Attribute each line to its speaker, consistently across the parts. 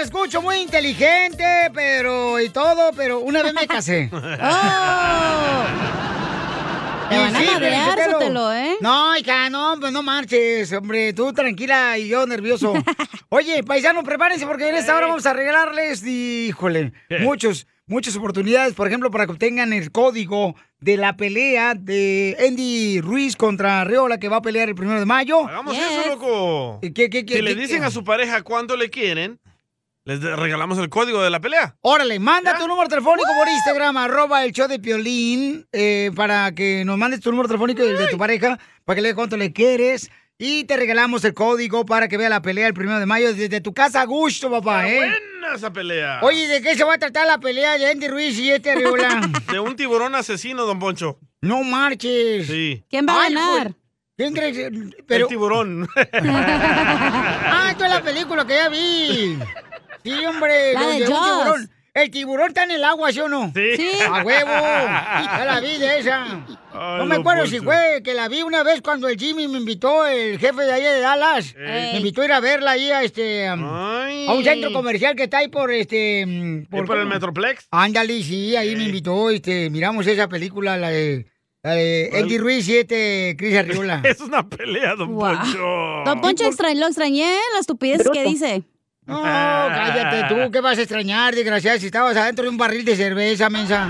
Speaker 1: escucho muy inteligente, pero y todo, pero una vez me casé. ¡Oh!
Speaker 2: Te van a madrear,
Speaker 1: Piolín Sotelo.
Speaker 2: Sotelo, ¿eh?
Speaker 1: No, hija, no, pues no marches, hombre. Tú tranquila y yo nervioso. Oye, paisano, prepárense porque en esta hora vamos a regalarles, híjole,
Speaker 3: ¿Qué?
Speaker 1: muchos, muchas oportunidades. Por ejemplo, para que obtengan el código de la pelea de Andy Ruiz contra Reola, que va a pelear el primero de mayo. Eh,
Speaker 4: Hagamos eso, loco.
Speaker 1: ¿Qué, qué, qué,
Speaker 4: si le
Speaker 1: qué-
Speaker 4: dicen a su pareja cuánto le quieren, les de- regalamos el código de la pelea.
Speaker 1: Órale, manda tu número telefónico por Instagram, arroba el show de Piolín, eh, para que nos mandes tu número telefónico y el de tu pareja, para que le digas cuánto le quieres. Y te regalamos el código para que vea la pelea el primero de mayo desde tu casa a gusto, papá, ¿eh?
Speaker 4: Buena esa pelea.
Speaker 1: Oye, ¿de qué se va a tratar la pelea de Andy Ruiz y este Arreola?
Speaker 4: De un tiburón asesino, don Poncho.
Speaker 1: No marches.
Speaker 4: Sí.
Speaker 1: ¿Quién va a ganar? ¿Quién crees?
Speaker 4: El tiburón.
Speaker 1: Ah, esto es la película que ya vi. Sí, hombre.
Speaker 2: La de
Speaker 1: un
Speaker 2: Jaws.
Speaker 1: tiburón. El tiburón está en el agua, ¿sí o no?
Speaker 4: Sí. Sí.
Speaker 1: A huevo. Ya la vi de esa.
Speaker 4: Ay,
Speaker 1: no me
Speaker 4: don
Speaker 1: acuerdo si
Speaker 4: Poncho.
Speaker 1: fue que la vi una vez cuando el Jimmy me invitó, el jefe de allá de Dallas.
Speaker 4: Ey.
Speaker 1: Me invitó a ir a verla ahí a este. um, A un centro comercial que está ahí por este. mm,
Speaker 4: ¿Y por el Metroplex?
Speaker 1: Ándale, sí, ahí me invitó, este, miramos esa película, la de, la de
Speaker 4: ¿Cuál?
Speaker 1: Andy Ruiz y este Cris Arriola.
Speaker 4: Es una pelea, don Poncho.
Speaker 2: Don Poncho, extra- lo extrañé, la estupidez que dice.
Speaker 1: No, cállate tú, ¿qué vas a extrañar, desgraciada? Si estabas adentro de un barril de cerveza, mensa.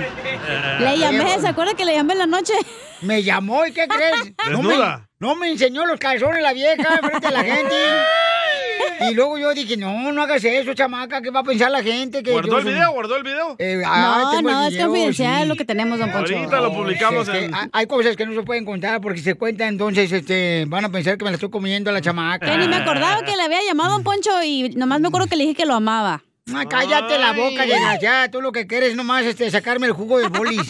Speaker 2: Le llamé, ¿se acuerda que le llamé en la noche?
Speaker 1: Ah, Me llamó, ¿y qué crees? No me,
Speaker 2: Desnuda.
Speaker 1: no me enseñó los calzones la vieja frente a la gente. Y luego yo dije, no, no hagas eso, chamaca, ¿qué va a pensar la gente? Que
Speaker 4: ¿Guardó
Speaker 1: yo
Speaker 4: el
Speaker 1: soy-
Speaker 4: video? ¿Guardó el video?
Speaker 1: Eh, ah,
Speaker 2: no,
Speaker 1: tengo el
Speaker 2: no, es
Speaker 1: video,
Speaker 2: confidencial
Speaker 1: sí.
Speaker 2: lo que tenemos, don Poncho.
Speaker 4: Ahorita lo publicamos
Speaker 1: Es que
Speaker 4: en...
Speaker 1: ha- Hay cosas que no se pueden contar porque se cuentan, entonces este, van a pensar que me la estoy comiendo a la chamaca.
Speaker 2: Que ni me acordaba que le había llamado a don Poncho y nomás me acuerdo que le dije que lo amaba.
Speaker 1: Ah, cállate la boca, desgraciada. Tú lo que quieres es nomás este, sacarme el jugo de bolis.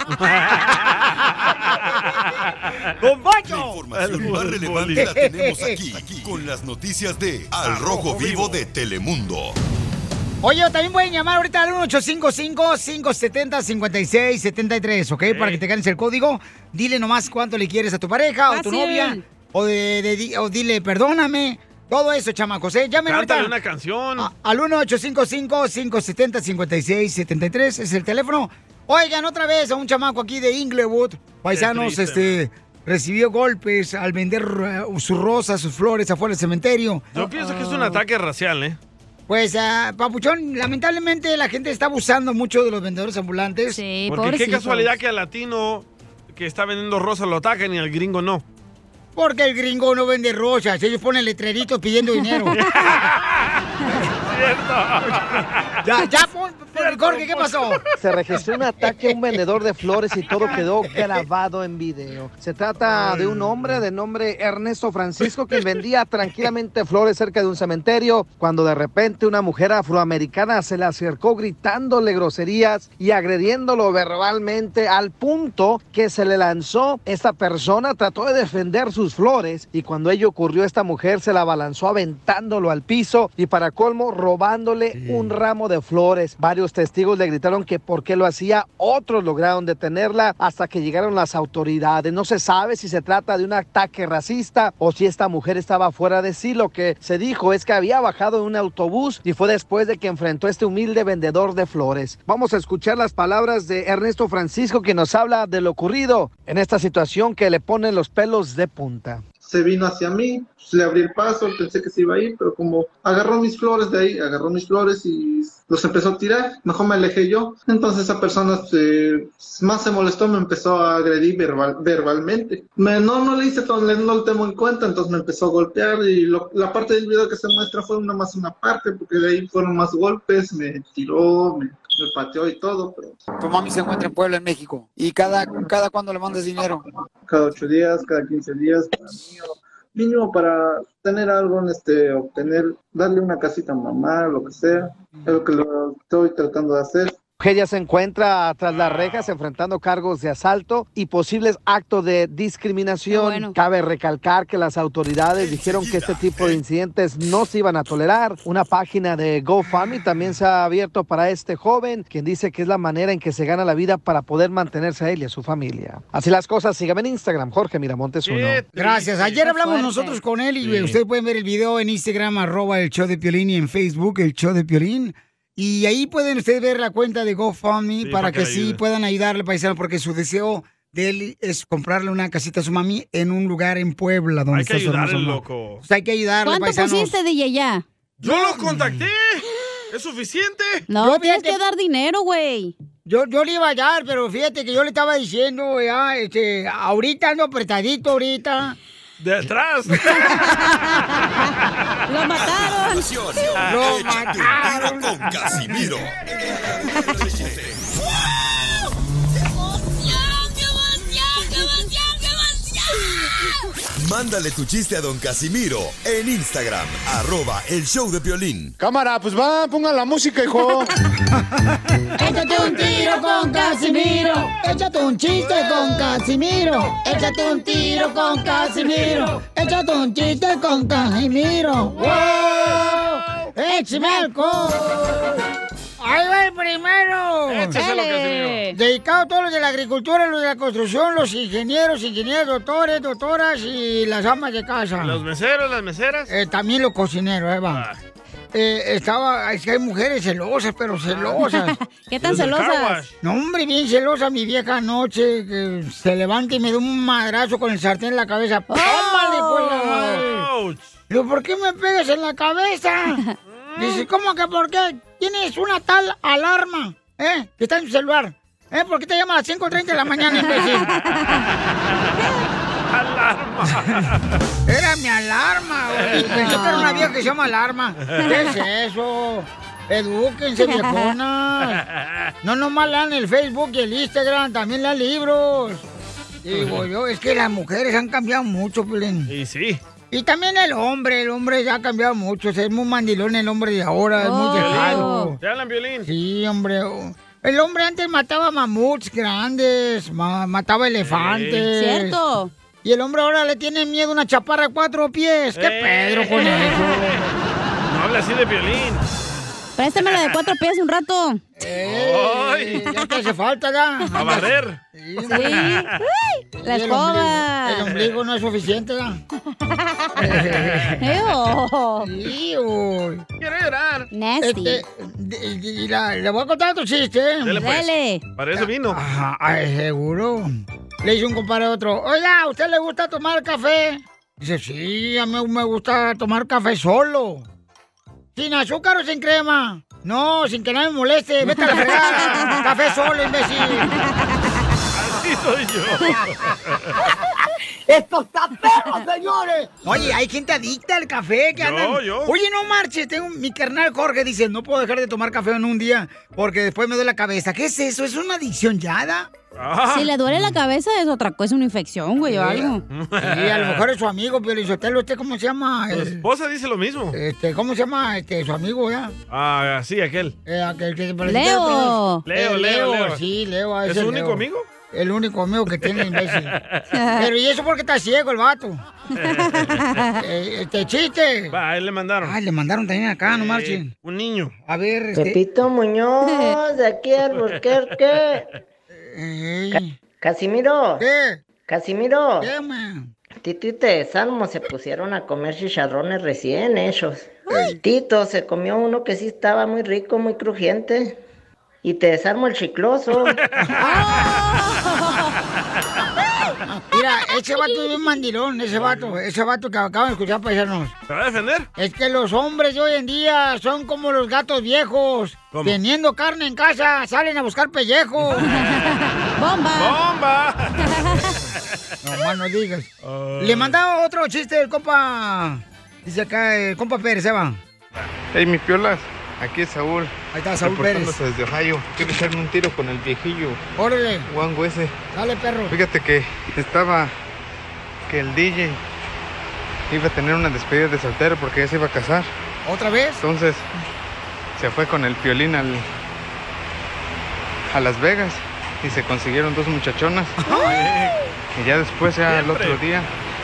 Speaker 1: ¡Don
Speaker 5: La
Speaker 1: Poncho!
Speaker 5: información más relevante la tenemos aquí, aquí, con las noticias de Al Rojo Vivo de Telemundo.
Speaker 1: Oye, o también pueden llamar ahorita al 1855-570-5673, ¿ok? Para que te ganes el código. Dile nomás cuánto le quieres a tu pareja o tu
Speaker 4: Fácil.
Speaker 1: novia. O, de, de- di- o dile, perdóname. Todo eso, chamacos, ¿eh? Llamen ahorita.
Speaker 4: Cántale una canción.
Speaker 1: al 1-855-570-5673 es el teléfono. Oigan, otra vez a un chamaco aquí de Inglewood, paisanos,
Speaker 6: triste,
Speaker 1: este, recibió golpes al vender eh, sus rosas, sus flores afuera del cementerio.
Speaker 4: Yo pienso que es un ataque racial, ¿eh?
Speaker 1: Pues, ah, Papuchón, lamentablemente la gente está abusando mucho de los vendedores ambulantes. Sí,
Speaker 4: Porque qué casualidad que al latino que está vendiendo rosa lo atacan y al gringo no.
Speaker 1: Porque el gringo no vende rosas, ellos ponen letreritos pidiendo dinero. ya, ya, pon, pon- Jorge, ¿qué pasó?
Speaker 7: Se registró un ataque a un vendedor de flores y todo quedó grabado en video. Se trata de un hombre de nombre Ernesto Francisco que vendía tranquilamente flores cerca de un cementerio cuando de repente una mujer afroamericana se le acercó gritándole groserías y agrediéndolo verbalmente al punto que se le lanzó. Esta persona trató de defender sus flores y cuando ello ocurrió esta mujer se la abalanzó aventándolo al piso y para colmo robándole un ramo de flores. Varios testigos le gritaron que por qué lo hacía, otros lograron detenerla hasta que llegaron las autoridades. No se sabe si se trata de un ataque racista o si esta mujer estaba fuera de sí. Lo que se dijo es que había bajado de un autobús y fue después de que enfrentó a este humilde vendedor de flores. Vamos a escuchar las palabras de Ernesto Francisco que nos habla de lo ocurrido en esta situación que le pone los pelos de punta.
Speaker 8: se vino hacia mí, pues, le abrí el paso, pensé que se iba a ir, pero como agarró mis flores de ahí, agarró mis flores y los empezó a tirar, mejor me alejé yo. Entonces esa persona se- más se molestó, me empezó a agredir verbal- verbalmente. Me- no, no le hice todo, le- no lo tengo en cuenta, entonces me empezó a golpear y lo- la parte del video que se muestra fue una más una parte, porque de ahí fueron más golpes, me tiró, me, me pateó y todo, pero
Speaker 9: Tu mami se encuentra en Puebla, en México. ¿Y cada, cada cuándo le mandas dinero?
Speaker 8: cada ocho días, cada 15 días, para mínimo, mínimo para tener algo, en este, obtener, darle una casita a mamá, lo que sea, es lo que lo estoy tratando de hacer.
Speaker 7: Ella se encuentra tras las rejas enfrentando cargos de asalto y posibles actos de discriminación. Cabe recalcar que las autoridades dijeron que este tipo de incidentes no se iban a tolerar. Una página de GoFundMe también se ha abierto para este joven, quien dice que es la manera en que se gana la vida para poder mantenerse a él y a su familia. Así las cosas, síganme en Instagram, Jorge Miramontes uno.
Speaker 1: Gracias. Ayer hablamos nosotros con él y
Speaker 7: Sí.
Speaker 1: ustedes pueden ver el video en Instagram, arroba el show de Piolín y en Facebook, el show de Piolín. Y ahí pueden ustedes ver la cuenta de GoFundMe
Speaker 3: Sí,
Speaker 1: para
Speaker 3: para que
Speaker 1: que,
Speaker 3: le
Speaker 1: sí
Speaker 3: ayude.
Speaker 1: puedan ayudarle, paisano, porque su deseo de él es comprarle una casita a su mami en un lugar en Puebla donde
Speaker 4: Hay que
Speaker 1: está su hermosa
Speaker 4: ayudarle,
Speaker 1: mamá.
Speaker 4: loco.
Speaker 1: O sea, hay que ayudarle,
Speaker 2: ¿Cuánto
Speaker 1: paisanos.
Speaker 2: pusiste, DJ, ya?
Speaker 4: ¡Yo lo contacté! ¿Es suficiente?
Speaker 2: No, tienes que dar dinero, güey.
Speaker 1: Yo, yo le iba a dar, pero fíjate que yo le estaba diciendo, ya, este, ahorita ando apretadito, ahorita.
Speaker 4: De atrás.
Speaker 2: ¡Lo mataron!
Speaker 1: Lo
Speaker 5: Échate
Speaker 1: ah,
Speaker 5: un tiro con Casimiro. Mándale tu chiste a don Casimiro en Instagram, arroba el show de violín.
Speaker 6: Cámara, pues
Speaker 1: Ah,
Speaker 6: va, pongan la música, hijo.
Speaker 1: Échate un tiro con Casimiro. Échate un chiste con Casimiro. Échate un tiro con Casimiro. Échate un chiste con Casimiro. ¡Wow! ¡Échame alcohol! ¡Ahí va el primero!
Speaker 3: Échaselo, Dale. Casimiro.
Speaker 1: Dedicado a todos los de la agricultura, los de la construcción, los ingenieros, ingenieras, doctores, doctoras y las amas de casa.
Speaker 4: Los meseros, las meseras. Ah.
Speaker 1: Eh, también los cocineros, Eva. Eh, estaba, es que hay mujeres celosas, pero celosas.
Speaker 4: Ah.
Speaker 2: ¿Qué tan Los del celosas? car wash.
Speaker 1: No, hombre, bien celosa mi vieja anoche, que se levanta y me da un madrazo con el sartén en la cabeza. ¡Tómale, por la madre! Digo, ¿por qué me pegas en la cabeza? Dice, ¿cómo que por qué? Tienes una tal alarma, ¿eh? Que está en tu celular. ¿Eh? ¿Por qué te llama a las 5.30 de la mañana, imbécil? Era mi alarma, güey. Pensé que era una vieja que se llama alarma. ¿Qué es eso? Edúquense, viejonas. No nomás lean el Facebook y el Instagram, también lean libros. Digo yo, es que las mujeres han cambiado mucho, Pelín.
Speaker 4: Y sí.
Speaker 1: Y también el hombre, el hombre ya ha cambiado mucho. Es muy mandilón el hombre de ahora, es
Speaker 4: Oh.
Speaker 1: muy dejado.
Speaker 4: Violín. Te hablan violín.
Speaker 1: Sí, hombre. oh. El hombre antes mataba mamuts grandes, ma- mataba elefantes.
Speaker 2: Cierto.
Speaker 1: Y el hombre ahora le tiene miedo a una chaparra de cuatro pies. ¿Qué
Speaker 4: Eh.
Speaker 1: Pedro con eso?
Speaker 4: No habla así de violín.
Speaker 2: Préstame la de cuatro pies un rato.
Speaker 1: Eh. ¡Ay! Ya te hace falta, ya.
Speaker 4: A barrer.
Speaker 1: Sí.
Speaker 2: Sí. Ay, La
Speaker 1: Y el
Speaker 2: escoba.
Speaker 1: ombligo- El ombligo no es suficiente, ya.
Speaker 2: Eo.
Speaker 1: Sí, uy.
Speaker 4: Quiero llorar.
Speaker 2: Nasty.
Speaker 1: Este, de- de- y la- le voy a contar tu chiste. ¿eh?
Speaker 4: Dele, pues. Dele. Para eso vino.
Speaker 1: Ajá, ay, seguro. Le dice un compadre a otro, oiga, ¿a usted le gusta tomar café? Dice, sí, a mí me gusta tomar café solo. ¿Sin azúcar o sin crema? No, sin que nadie me moleste. Vete a la fregada. café solo, imbécil.
Speaker 4: Así soy yo.
Speaker 1: ¡Esto está perro, señores! Oye, hay gente adicta al café que
Speaker 3: Yo,
Speaker 1: andan...
Speaker 3: yo.
Speaker 1: Oye, no marches, tengo mi carnal Jorge, dice, no puedo dejar de tomar café en un día porque después me duele la cabeza. ¿Qué es eso? ¿Es una adicción ya, da?
Speaker 2: Si le duele la cabeza es otra cosa, es una infección, güey, o algo.
Speaker 1: Sí, a lo mejor es su amigo, pero Sotelo, ¿usted cómo se llama?
Speaker 4: Su
Speaker 1: El-
Speaker 4: esposa dice lo mismo.
Speaker 1: este, ¿Cómo se llama este, su amigo ya?
Speaker 4: Ah, sí, aquel.
Speaker 1: Eh, aquel que se parecía
Speaker 2: Leo.
Speaker 1: a Pedro. Eh,
Speaker 4: Leo, Leo.
Speaker 1: Sí, Leo. a
Speaker 4: ¿Es
Speaker 1: ese
Speaker 4: su único
Speaker 1: Leo.
Speaker 4: amigo?
Speaker 1: El único amigo que tiene, imbécil. Pero ¿y eso porque está ciego el vato? Eh, este chiste.
Speaker 4: Va, a él le mandaron.
Speaker 1: Ay, le mandaron también acá, no
Speaker 4: Eh,
Speaker 1: marchen.
Speaker 4: Un niño.
Speaker 1: A ver, este...
Speaker 10: Pepito Muñoz, de aquí al Burquerque. Casimiro.
Speaker 1: ¿Qué?
Speaker 10: Casimiro.
Speaker 1: ¿Qué, man?
Speaker 10: Tito y Te Salmo se pusieron a comer chicharrones recién hechos. Tito se comió uno que sí estaba muy rico, muy crujiente. Y Te Salmo el chicloso.
Speaker 1: Mira, ese vato es un mandilón, ese vato, ese vato que acaban de escuchar paisanos.
Speaker 4: ¿Te va a defender?
Speaker 1: Es que los hombres de hoy en día son como los gatos viejos.
Speaker 4: ¿Cómo?
Speaker 1: Teniendo carne en casa, salen a buscar pellejo.
Speaker 2: ¡Bomba!
Speaker 4: ¡Bomba!
Speaker 1: No, más no digas.
Speaker 4: Ah.
Speaker 1: Le mandaba otro chiste el compa. Dice acá el compa Pérez, Eva.
Speaker 11: Hey, mis piolas, aquí es Saúl.
Speaker 1: Ahí está, Saúl
Speaker 11: reportándose desde Ohio. Quiero echarme un tiro con el viejillo.
Speaker 1: Órale.
Speaker 11: Juan Huese.
Speaker 1: Dale, perro.
Speaker 11: Fíjate que estaba que el DJ iba a tener una despedida de soltero porque ya se iba a casar.
Speaker 1: ¿Otra vez?
Speaker 11: Entonces se fue con el piolín al, a Las Vegas y se consiguieron dos muchachonas.
Speaker 1: ¡Oh!
Speaker 11: Y ya después, ya el otro día,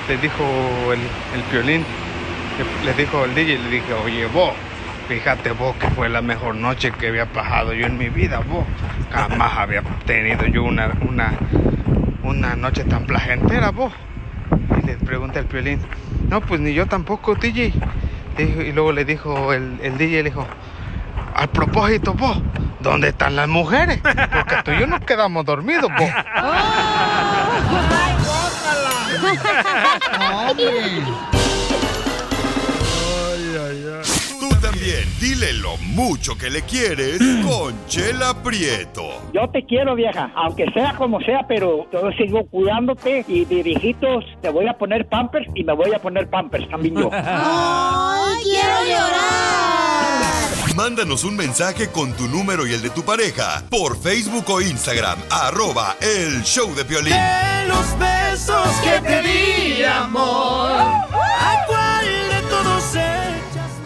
Speaker 11: le dijo el, el piolín, le, le dijo al DJ, le dije, oye, vos, fíjate vos que fue la mejor noche que había pasado yo en mi vida, vos. Jamás había tenido yo una, una, una noche tan placentera, vos. Y le pregunta el piolín, no, pues ni yo tampoco, DJ. Dijo- y luego le dijo el, el DJ, le dijo, Al propósito, vos, ¿dónde están las mujeres? Porque tú y yo nos quedamos dormidos, vos.
Speaker 5: Tú también, dile lo mucho que le quieres con Chela Prieto.
Speaker 3: Yo te quiero, vieja, aunque sea como sea, pero yo sigo cuidándote y de viejitos te voy a poner pampers y me voy a poner pampers también yo.
Speaker 2: ¡Ay, quiero llorar!
Speaker 5: Mándanos un mensaje con tu número y el de tu pareja por Facebook o Instagram, arroba el show de Piolín.
Speaker 12: Los besos que te di, amor. ¿A cuál de todos ellos?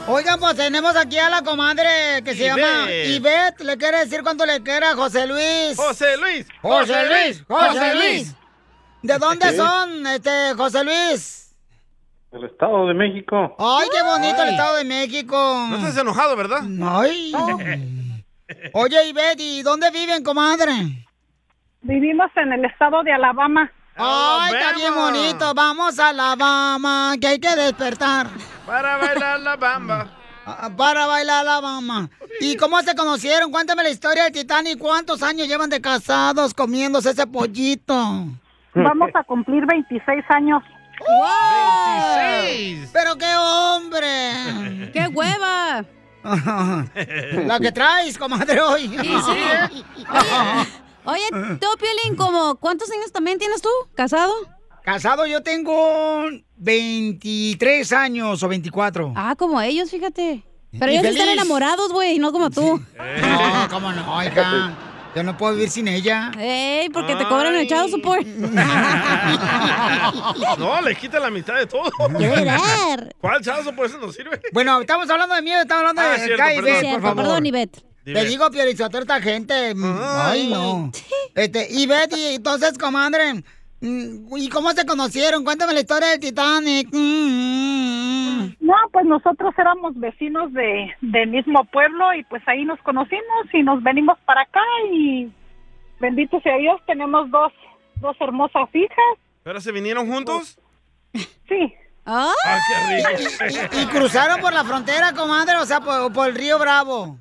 Speaker 1: Oigan, pues tenemos aquí a la comadre que se
Speaker 12: Ivette.
Speaker 1: llama Ivette. ¿Le quiere decir cuánto le quiere a José Luis?
Speaker 4: José Luis.
Speaker 1: José Luis. José
Speaker 12: José
Speaker 1: Luis.
Speaker 12: Luis.
Speaker 1: ¿De dónde
Speaker 13: Sí.
Speaker 1: son, este, José Luis?
Speaker 13: El Estado de México.
Speaker 1: Ay, qué bonito el Estado de México.
Speaker 13: No estás
Speaker 4: enojado, ¿verdad?
Speaker 1: Ay. Oye, Ivette, ¿y dónde viven, comadre?
Speaker 14: Vivimos en el estado de Alabama.
Speaker 1: Ay, está bien bonito. Vamos a Alabama, que hay que despertar.
Speaker 4: Para bailar la bamba.
Speaker 1: Ah, Para bailar la mamá. ¿Y cómo se conocieron? Cuéntame la historia del Titanic. ¿Cuántos años llevan de casados comiéndose ese pollito?
Speaker 14: Vamos a cumplir 26 años.
Speaker 1: ¡Wow! ¡Pero qué hombre!
Speaker 2: ¡Qué hueva!
Speaker 1: La que traes, comadre, hoy.
Speaker 2: Sí, sí. Oye, tú, Piolín, como, ¿cuántos años también tienes tú? ¿Casado?
Speaker 1: Casado yo tengo 23 años o 24.
Speaker 2: Ah, como ellos, fíjate. Pero
Speaker 1: Y
Speaker 2: ellos
Speaker 1: feliz.
Speaker 2: están enamorados, güey, no como tú.
Speaker 4: Eh.
Speaker 1: No, cómo no, oiga.
Speaker 4: Ah,
Speaker 1: Yo no puedo vivir sin ella.
Speaker 2: Ey, porque te cobran el chavo support.
Speaker 4: No, le quita la mitad de todo.
Speaker 2: Llorar.
Speaker 4: ¿Cuál chazo? Por eso no sirve.
Speaker 1: Bueno, estamos hablando de miedo, estamos hablando
Speaker 4: Ah,
Speaker 1: de
Speaker 4: cierto,
Speaker 1: acá,
Speaker 4: perdón.
Speaker 1: Ivette, por
Speaker 4: Cierto,
Speaker 1: favor.
Speaker 4: perdón,
Speaker 2: Ivette.
Speaker 1: Te
Speaker 4: Ivette.
Speaker 1: digo, Piorizotor, esta gente. mm,
Speaker 4: Ah.
Speaker 1: Ay, no. Este, Ivette, y entonces, comadre, mm, ¿y cómo se conocieron? Cuéntame la historia del Titanic. Mm, mm.
Speaker 14: No, pues nosotros éramos vecinos de, del mismo pueblo y pues ahí nos conocimos y nos venimos para acá y bendito sea Dios, tenemos dos, dos hermosas hijas.
Speaker 4: ¿Pero se vinieron juntos?
Speaker 14: Sí.
Speaker 2: ¡Ah!
Speaker 4: qué rico!
Speaker 1: Y, y cruzaron por la frontera, comadre, o sea, por, por el río Bravo.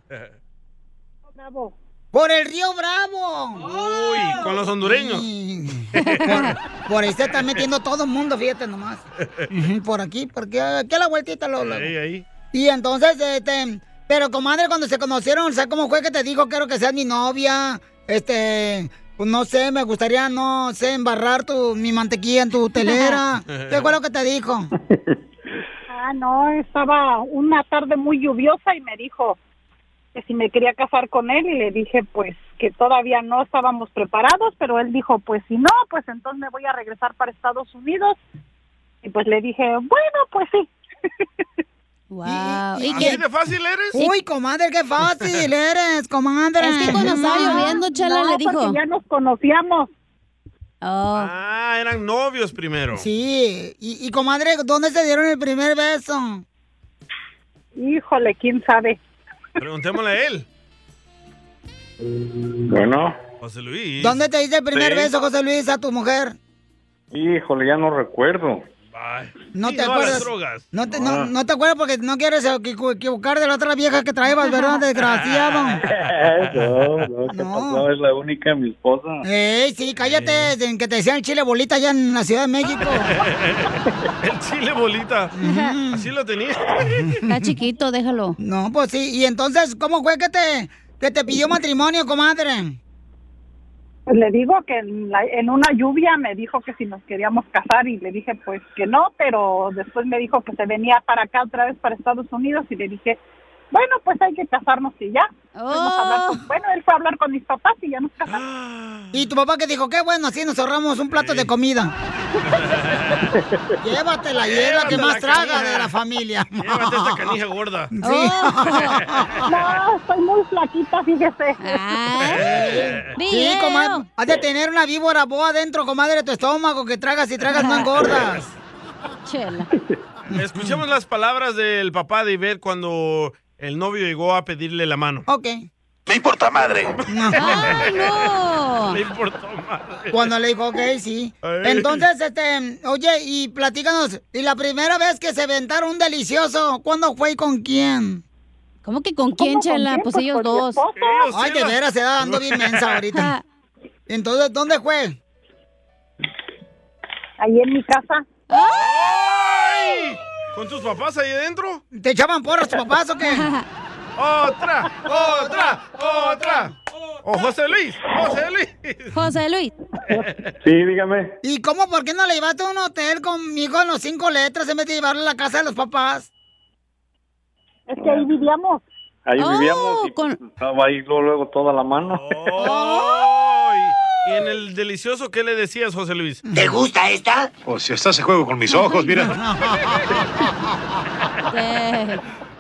Speaker 14: Bravo.
Speaker 1: ¡Por el río Bravo!
Speaker 4: Uy, con los hondureños.
Speaker 1: Por, por ahí se está metiendo todo el mundo, fíjate nomás. Ujú, Por aquí, porque aquí a la vueltita, Lola.
Speaker 4: Ahí, ahí.
Speaker 1: Y entonces, este, pero comadre, cuando se conocieron, o sea, ¿cómo fue que te dijo quiero que seas mi novia? Este, pues, no sé, me gustaría, no sé, embarrar tu, mi mantequilla en tu telera. ¿Qué fue lo que te dijo?
Speaker 14: Ah, no, estaba una tarde muy lluviosa y me dijo que si me quería casar con él y le dije pues que todavía no estábamos preparados, pero él dijo pues si no, pues entonces me voy a regresar para Estados Unidos y pues le dije bueno pues sí.
Speaker 2: Wow.
Speaker 1: ¿Y qué? ¿Así de
Speaker 4: fácil eres?
Speaker 1: Uy, comadre, qué fácil eres, comadre.
Speaker 2: Es que cuando estaba lloviendo, Chela
Speaker 14: No,
Speaker 2: le dijo. Oh.
Speaker 14: porque ya nos conocíamos.
Speaker 4: Ah, eran novios primero.
Speaker 1: Sí, y, y comadre, ¿dónde se dieron el primer beso?
Speaker 14: Híjole, quién sabe.
Speaker 4: Preguntémosle a él.
Speaker 13: Bueno,
Speaker 4: José Luis.
Speaker 1: ¿Dónde te diste el primer
Speaker 13: Sí.
Speaker 1: beso, José Luis, a tu mujer?
Speaker 13: híjole, ya no recuerdo.
Speaker 1: No
Speaker 13: Y no
Speaker 1: te
Speaker 13: a las
Speaker 1: acuerdas.
Speaker 13: drogas.
Speaker 1: No te, no,
Speaker 13: Ah.
Speaker 1: no te acuerdas porque no quieres equivo- equivocar de la otra vieja que traías, ¿verdad?
Speaker 15: Ah.
Speaker 1: Desgraciado.
Speaker 13: no, no, ¿qué pasó? Es la única mi esposa.
Speaker 1: Ey, sí, cállate, en que te decían chile bolita allá en la Ciudad de México.
Speaker 4: El chile bolita. Así lo tenía.
Speaker 2: Está chiquito, déjalo.
Speaker 1: No, pues sí. Y entonces, ¿cómo fue que te, que te pidió matrimonio, comadre?
Speaker 14: Pues le digo que en, la- en una lluvia me dijo que si nos queríamos casar y le dije pues que no, pero después me dijo que se venía para acá otra vez para Estados Unidos y le dije, bueno, pues hay que casarnos y ya. Fuimos a hablar con- bueno, él fue a hablar con mis papás y ya nos casamos.
Speaker 1: Y tu papá que dijo, qué bueno, así nos ahorramos un plato de comida. Llévatela, y es la que
Speaker 4: Llévatela,
Speaker 1: más traga
Speaker 4: canija.
Speaker 1: de la familia.
Speaker 4: Llévate esta canija gorda.
Speaker 1: Sí.
Speaker 14: no, estoy muy flaquita, fíjese.
Speaker 2: Ah,
Speaker 4: Oh.
Speaker 1: Sí, comadre, has de tener una víbora boa adentro, comadre, de tu estómago, que tragas y tragas no engordas.
Speaker 2: Chela.
Speaker 4: Escuchemos las palabras del papá de Ivette cuando el novio llegó a pedirle la mano.
Speaker 1: Ok.
Speaker 4: Me importa madre.
Speaker 1: ¡Ay, no!
Speaker 4: Me importó madre.
Speaker 1: Cuando le dijo, ok, sí.
Speaker 4: Ay.
Speaker 1: Entonces, este, oye, y platícanos, ¿y la primera vez que se aventaron un delicioso, cuándo fue y con quién?
Speaker 2: ¿Cómo que con quién,
Speaker 1: con
Speaker 2: Chela?
Speaker 1: quién?
Speaker 2: Pues
Speaker 1: Pues
Speaker 2: ellos
Speaker 1: con tu
Speaker 2: dos.
Speaker 1: esposo. Ellos, Ay, de Chela. veras, se da dando bien mensa ahorita. Entonces, ¿dónde fue?
Speaker 14: Ahí en mi casa.
Speaker 4: ¡Ay! ¿Con tus papás ahí adentro?
Speaker 1: ¿Te echaban porras tus papás o qué?
Speaker 4: ¡Otra! ¡Otra! ¡Otra! ¡O José Luis! ¡José Luis!
Speaker 2: José Luis.
Speaker 15: Sí, dígame.
Speaker 1: ¿Y cómo? ¿Por qué no le llevaste a un hotel conmigo en los cinco letras en vez de llevarlo a la casa de los papás?
Speaker 14: Es que ahí vivíamos.
Speaker 15: Ahí
Speaker 1: Oh.
Speaker 15: vivíamos y
Speaker 2: Oh,
Speaker 15: estaba ahí luego, luego toda la mano.
Speaker 4: ¿Y en el delicioso qué le decías, José Luis?
Speaker 15: ¿Te gusta
Speaker 4: esta?
Speaker 15: Pues si estás se juego con mis ojos, mira.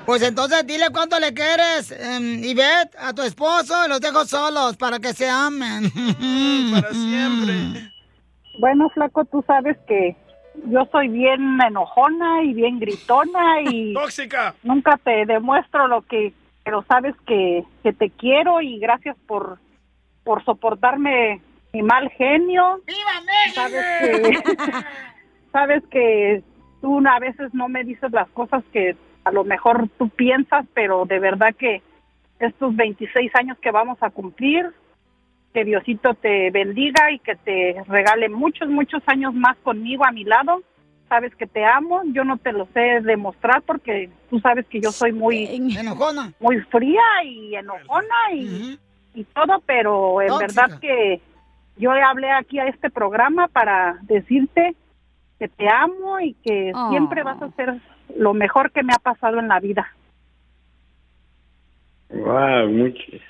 Speaker 1: Pues entonces dile cuánto le quieres, em, Ivette, a tu esposo y los dejo solos para que se amen. para siempre.
Speaker 14: Bueno, flaco, tú sabes que yo soy bien enojona y bien gritona y...
Speaker 4: ¡Tóxica!
Speaker 14: Nunca te demuestro lo que... Pero sabes que, que te quiero y gracias por, por soportarme mi mal genio.
Speaker 1: ¡Viva
Speaker 14: Sabes que, sabes que tú a veces no me dices las cosas que a lo mejor tú piensas, pero de verdad que estos 26 años que vamos a cumplir, que Diosito te bendiga y que te regale muchos, muchos años más conmigo a mi lado. Sabes que te amo, yo no te lo sé demostrar porque tú sabes que yo soy muy
Speaker 1: enojona,
Speaker 14: muy fría y enojona y, y todo, pero en
Speaker 1: Tóxica.
Speaker 14: verdad que yo hablé aquí a este programa para decirte que te amo y que
Speaker 2: Oh.
Speaker 14: siempre vas a ser lo mejor que me ha pasado en la vida.
Speaker 15: Wow, much-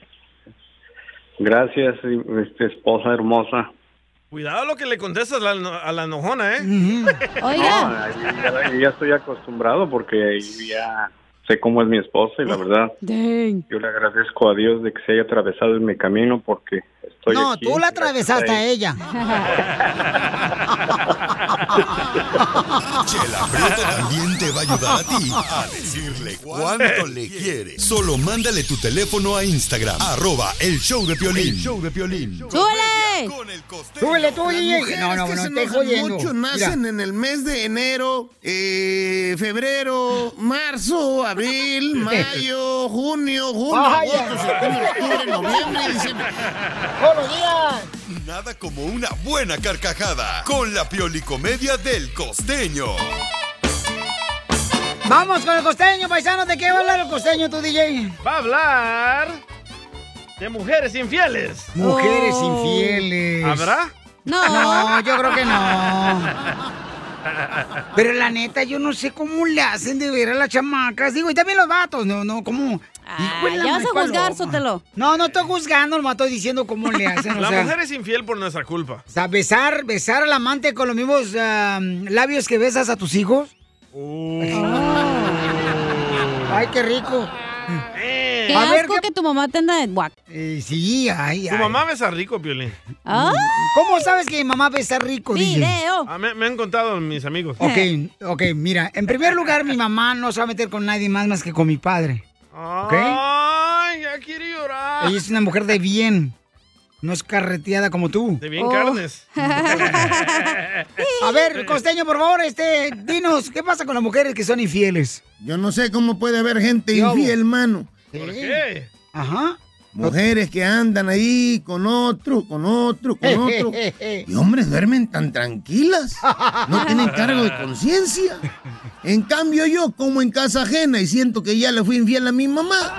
Speaker 15: Gracias, este, esposa hermosa.
Speaker 4: Cuidado lo que le contestas la- a la enojona, ¿eh?
Speaker 15: No, ya, ya estoy acostumbrado porque ya sé cómo es mi esposa y la verdad yo le agradezco a Dios de que se haya atravesado en mi camino porque estoy
Speaker 1: no,
Speaker 15: aquí.
Speaker 1: tú la atravesaste a ella.
Speaker 5: Chela Prieto también te va a ayudar a ti a decirle cuánto le quieres. Solo mándale tu teléfono a Instagram, arroba el show de Piolín. show de Piolín.
Speaker 1: ¡Súbele! ¡Súbele tú,
Speaker 16: Las
Speaker 1: DJ!
Speaker 16: mujeres
Speaker 1: No, no,
Speaker 16: que
Speaker 1: no,
Speaker 16: se
Speaker 1: estoy
Speaker 16: enojan
Speaker 1: jodiendo.
Speaker 16: mucho
Speaker 1: Mira.
Speaker 16: nacen en el mes de enero, eh, febrero, marzo, abril, mayo, junio, julio,
Speaker 17: Vaya.
Speaker 16: agosto, septiembre, octubre, noviembre, y diciembre.
Speaker 5: Nada como una buena carcajada con la piolicomedia del costeño.
Speaker 1: Vamos con el costeño, paisanos. ¿De qué va a hablar el costeño, tú, DJ?
Speaker 4: Va a hablar de mujeres infieles.
Speaker 1: Mujeres infieles.
Speaker 4: ¿Habrá?
Speaker 1: No, yo creo que no. Pero la neta, yo no sé cómo le hacen de ver a las chamacas. Digo, y también los vatos, no, no, cómo. Hijo de la
Speaker 2: ya vas a
Speaker 1: paloma.
Speaker 2: juzgar, Sotelo.
Speaker 1: No, no estoy juzgando, nomás estoy diciendo cómo le hacen. o
Speaker 4: La
Speaker 1: sea.
Speaker 4: mujer es infiel por nuestra culpa.
Speaker 1: O sea, besar, besar al amante con los mismos ah, labios que besas a tus hijos.
Speaker 2: Oh.
Speaker 1: Ay, qué rico.
Speaker 2: Eh. Qué
Speaker 1: A ver, Eh,
Speaker 2: asco que tu mamá te anda de guac.
Speaker 1: sí, ay, Ah,
Speaker 4: Tu mamá besa rico, Piolín.
Speaker 2: Ah.
Speaker 1: ¿Cómo sabes que mi mamá besa rico, DJ?
Speaker 4: Ah, me, me han contado mis amigos.
Speaker 1: Ok, ok, mira, en primer lugar, mi mamá no se va a meter con nadie más más que con mi padre. ¿Ok?
Speaker 4: Ah, Ay, ya quiero llorar.
Speaker 1: Ella es una mujer de bien. No es carreteada como tú.
Speaker 4: De bien carnes.
Speaker 1: A ver, costeño, por favor, este, dinos, ¿qué pasa con las mujeres que son infieles?
Speaker 16: Yo no sé cómo puede haber gente infiel, mano.
Speaker 1: ¿Por qué? Ajá.
Speaker 16: Mujeres que andan ahí con otro, con otro, con otro. Y hombres duermen tan tranquilas. No tienen cargo de conciencia. En cambio yo como en casa ajena y siento que ya le fui infiel a mi mamá.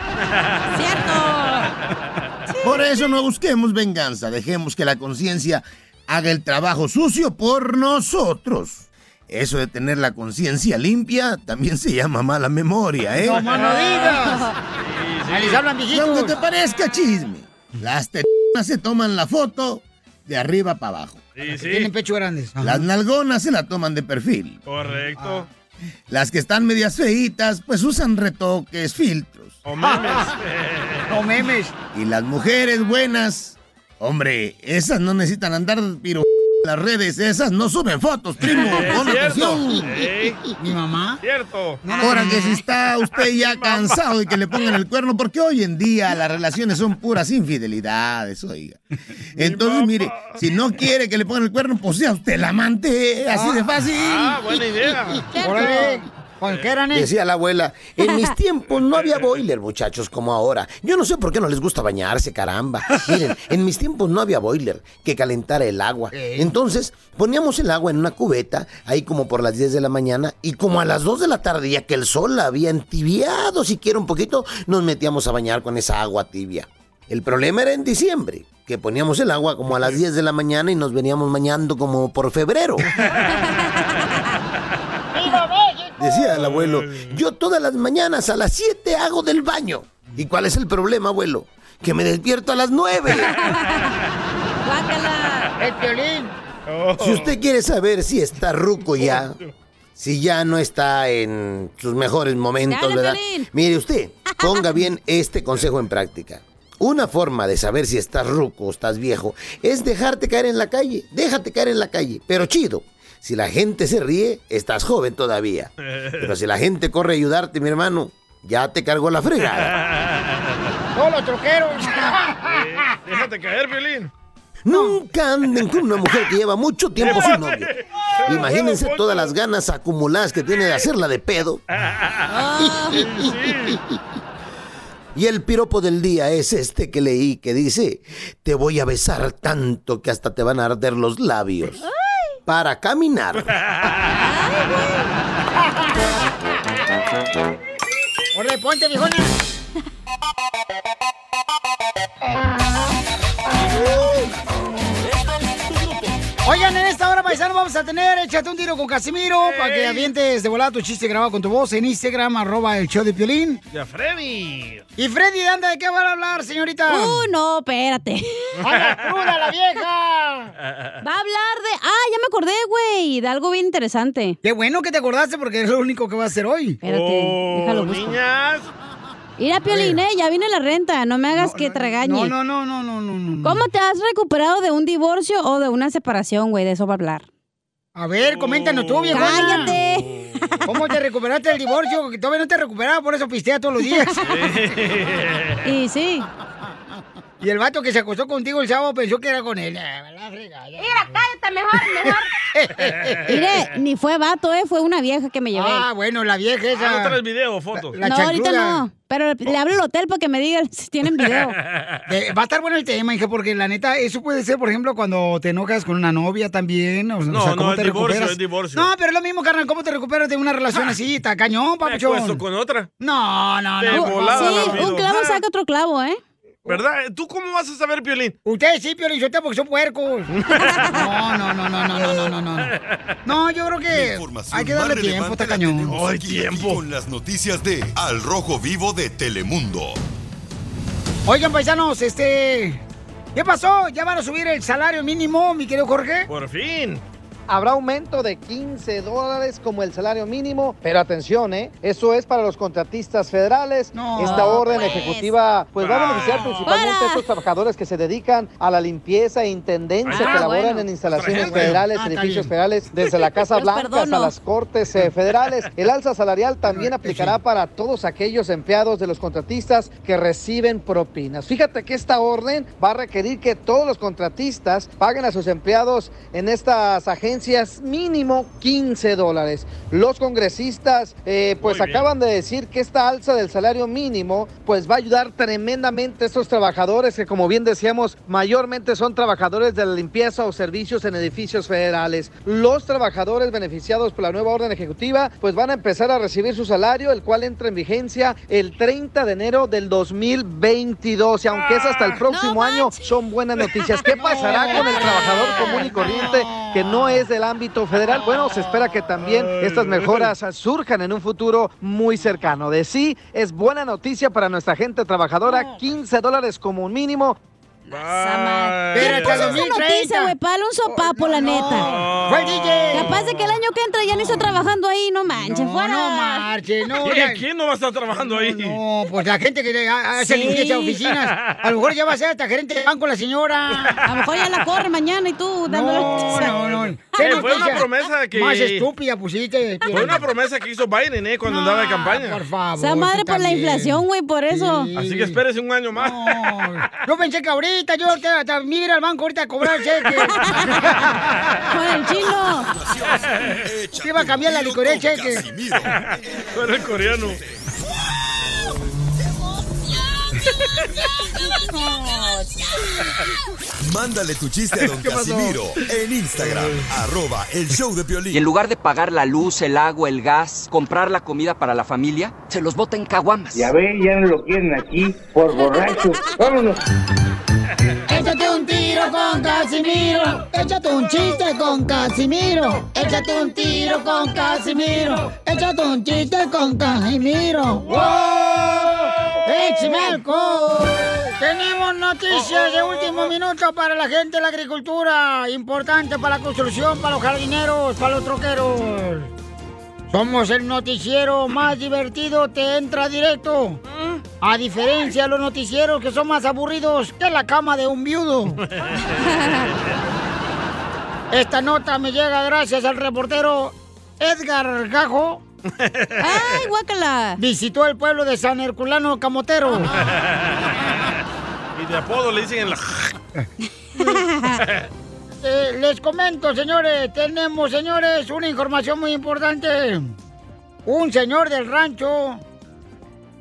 Speaker 16: Por eso no busquemos venganza. Dejemos que la conciencia haga el trabajo sucio por nosotros. Eso de tener la conciencia limpia también se llama mala memoria, ¿eh?
Speaker 1: ¡Como no digas! Ahí les hablan
Speaker 16: Y
Speaker 1: viejitos.
Speaker 16: aunque te parezca chisme, las tetas se toman la foto de arriba para abajo.
Speaker 4: Sí, sí.
Speaker 1: Tienen pecho grandes.
Speaker 16: Las Ah. nalgonas se la toman de perfil.
Speaker 4: Correcto.
Speaker 16: Las que están medias feitas, pues usan retoques, filtros.
Speaker 4: O memes.
Speaker 1: O memes.
Speaker 16: Y las mujeres buenas, hombre, esas no necesitan andar piro en las redes, esas no suben fotos, primo. Pon atención.
Speaker 1: Mi mamá.
Speaker 4: Cierto.
Speaker 16: Ahora que si está usted ya cansado de que le pongan el cuerno, porque hoy en día las relaciones son puras infidelidades, oiga. Entonces, mire, si no quiere eh,
Speaker 1: Ah,
Speaker 16: que le pongan el cuerno, pues sea usted el amante, así de fácil.
Speaker 4: Ah, buena idea.
Speaker 16: Órale.
Speaker 1: ¿Con qué eran, eh?
Speaker 16: Decía la abuela, en mis tiempos no había boiler, muchachos, como ahora. Yo no sé por qué no les gusta bañarse, caramba. Miren, en mis tiempos no había boiler que calentara el agua. Entonces, poníamos el agua en una cubeta, ahí como por las 10 de la mañana, y como a las 2 de la tarde, ya que el sol la había entibiado siquiera un poquito, nos metíamos a bañar con esa agua tibia. El problema era en diciembre, que poníamos el agua como a las 10 de la mañana y nos veníamos bañando como por febrero. Decía el abuelo, yo todas las mañanas a las 7 hago del baño. ¿Y cuál es el problema, abuelo? Que me despierto a las 9.
Speaker 1: ¡El Piolín!
Speaker 16: Si usted quiere saber si está ruco ya, si ya no está en sus mejores momentos,
Speaker 12: Dale,
Speaker 16: ¿verdad?
Speaker 12: Piolín.
Speaker 16: Mire usted, ponga bien este consejo en práctica. Una forma de saber si estás ruco o estás viejo es dejarte caer en la calle. Déjate caer en la calle, pero chido. Si la gente se ríe, estás joven todavía. Pero si la gente corre a ayudarte, mi hermano, ya te cargó la fregada.
Speaker 1: ¡Todos los troqueros!
Speaker 4: Déjate caer, Violín.
Speaker 16: Nunca anden con una mujer que lleva mucho tiempo sin novio. Imagínense
Speaker 4: Poncho.
Speaker 16: todas las ganas acumuladas que tiene de hacerla de pedo. Y el piropo del día es este que leí que dice, te voy a besar tanto que hasta te van a arder los labios. Para caminar.
Speaker 1: ¡Orde, ponte, viejona! Oigan, en esta hora, paisano, vamos a tener Échate un tiro con Casimiro para que avientes de volada tu chiste grabado con tu voz en Instagram, arroba el show de Piolín.
Speaker 4: Ya, Freddy.
Speaker 1: Y Freddy, anda, ¿de qué van a hablar, señorita?
Speaker 2: Uh, no, espérate.
Speaker 1: ¡A la cruda, la vieja!
Speaker 2: Va a hablar de. Ah, ya me acordé, güey. De algo bien interesante.
Speaker 1: Qué bueno que te acordaste porque es lo único que va a hacer hoy.
Speaker 2: Espérate, déjalo busco. Mira, Piolín, eh, ya viene la renta. No me hagas que tragañe.
Speaker 1: No, no, no, no, no, no, no.
Speaker 2: ¿Cómo te has recuperado de un divorcio o de una separación, güey? De eso va a hablar.
Speaker 1: A ver, coméntanos tú, vieja.
Speaker 2: ¡Cállate!
Speaker 1: ¿Cómo te recuperaste del divorcio? Que todavía no te recuperaba, por eso pistea todos los días.
Speaker 2: Y sí.
Speaker 1: Y el vato que se acostó contigo el sábado pensó que era con él. Ah, la fregada.
Speaker 2: Mira, cállate mejor, mejor. Mire, ni fue vato, eh, fue una vieja que me llevé.
Speaker 1: Ah, bueno, la vieja esa.
Speaker 4: Ah, no traes video, foto.
Speaker 1: La- la
Speaker 2: no, ahorita
Speaker 1: chancluda.
Speaker 2: no. Pero le hablo al hotel para que me digan si tienen video.
Speaker 1: Eh, va a estar bueno el tema, hija, porque la neta, eso puede ser, por ejemplo, cuando te enojas con una novia también. O, o
Speaker 4: No,
Speaker 1: sea, ¿cómo
Speaker 4: no, es
Speaker 1: te
Speaker 4: divorcio,
Speaker 1: recuperas?
Speaker 4: es divorcio.
Speaker 1: No, pero es lo mismo, carnal, ¿cómo te recuperas de una relación así? Está cañón,
Speaker 4: Me acuesto
Speaker 1: papuchón.
Speaker 4: con otra.
Speaker 1: No, no,
Speaker 4: De
Speaker 1: no.
Speaker 4: volada la
Speaker 2: Sí,
Speaker 4: pido.
Speaker 2: un clavo
Speaker 4: Ah,
Speaker 2: saca otro clavo, ¿eh?
Speaker 4: ¿Verdad? ¿Tú cómo vas a saber, Piolín?
Speaker 1: Ustedes sí, Piolín, yo te porque son puercos. No, no, no, no, no, no, no, no, no. No, yo
Speaker 5: Eh,
Speaker 1: creo que hay que darle tiempo, está cañón.
Speaker 5: Hoy tiempo. Con las noticias de Al Rojo Vivo de Telemundo.
Speaker 1: Oigan, paisanos, este. ¿Qué pasó? ¿Ya van a subir el salario mínimo, mi querido Jorge?
Speaker 4: Por fin.
Speaker 7: Habrá aumento de 15 dólares como el salario mínimo, pero atención, ¿eh? Eso es para los contratistas federales. Esta orden
Speaker 12: pues.
Speaker 7: ejecutiva pues va a beneficiar
Speaker 12: Ah.
Speaker 7: principalmente a estos trabajadores que se dedican a la limpieza e intendencia,
Speaker 12: Ah,
Speaker 7: que laboran
Speaker 12: bueno.
Speaker 7: en instalaciones
Speaker 12: Otra gente.
Speaker 7: federales,
Speaker 12: Ah, está bien.
Speaker 7: edificios
Speaker 12: Pues,
Speaker 7: federales, desde la Casa
Speaker 12: Los
Speaker 7: Blanca hasta
Speaker 12: perdono.
Speaker 7: las Cortes eh, Federales. El alza salarial también aplicará para todos aquellos empleados de los contratistas que reciben propinas. Fíjate que esta orden va a requerir que todos los contratistas paguen a sus empleados en estas agencias mínimo 15 dólares. Los congresistas eh, pues
Speaker 18: Muy bien.
Speaker 7: acaban de decir que esta alza del salario mínimo pues va a ayudar tremendamente a estos trabajadores que como bien decíamos mayormente son trabajadores de la limpieza o servicios en edificios federales. Los trabajadores beneficiados por la nueva orden ejecutiva pues van a empezar a recibir su salario el cual entra en vigencia el 30 de enero del 2022 y aunque es hasta el próximo año son buenas noticias. ¿Qué pasará con el trabajador común y corriente que no es del ámbito federal? Bueno, se espera que también estas mejoras surjan en un futuro muy cercano. De sí, es buena noticia para nuestra gente trabajadora, 15 dólares como un mínimo.
Speaker 2: ¿Quién puso esa noticia, güey? Para darle un sopapo,
Speaker 1: Oh,
Speaker 2: la neta.
Speaker 1: Fue el DJ.
Speaker 2: Capaz de que el año que entra ya no está trabajando ahí, no manches, fuera.
Speaker 1: No marche, no.
Speaker 4: Oye, ¿quién no va a estar trabajando ahí? Eh,
Speaker 1: No, pues la gente que ha- hace
Speaker 4: Sí.
Speaker 1: limpieza de oficinas. A lo mejor ya va a ser hasta gerente de banco la señora.
Speaker 2: A lo mejor ya la corre mañana y tú dándole
Speaker 1: No,
Speaker 2: noticia.
Speaker 1: no, no.
Speaker 4: Eh, fue una promesa que-
Speaker 1: Más estúpida pusiste.
Speaker 4: Fue una promesa que hizo Biden, ¿eh? Cuando andaba de campaña.
Speaker 1: Por favor.
Speaker 2: Esa madre por la inflación, güey, por eso.
Speaker 4: Así que espérese un año más.
Speaker 1: Yo pensé que ahorita. ahorita, yo te, te- me voy a ir al banco ahorita a cobrar cheque. Con el chino. Te iba a cambiar la licoría de cheque.
Speaker 4: Con el coreano.
Speaker 5: Mándale tu chiste a don
Speaker 12: ¿Qué pasó? Eh.
Speaker 5: Casimiro en Instagram, arroba el show de Piolín.
Speaker 18: Y en lugar de pagar la luz, el agua, el gas, comprar la comida para la familia, se los bota en caguamas.
Speaker 19: Ya ve, ya no lo quieren aquí por borracho. Vámonos.
Speaker 1: Échate un tiro con Casimiro. Échate un chiste con Casimiro. Échate un tiro con Casimiro. Échate un chiste con Casimiro. ¡Wow! ¡Échame alcohol! Tenemos noticias de último minuto para la gente de la agricultura. Importante para la construcción, para los jardineros, para los troqueros. Somos el noticiero más divertido, te entra directo. A diferencia de los noticieros que son más aburridos que la cama de un viudo. Esta nota me llega gracias al reportero Edgar Gajo. ¡Ay, guácala! Visitó el pueblo de San Herculano Camotero.
Speaker 4: Y de apodo le dicen en la...
Speaker 1: Eh, les comento, señores, tenemos, señores, una información muy importante. Un señor del rancho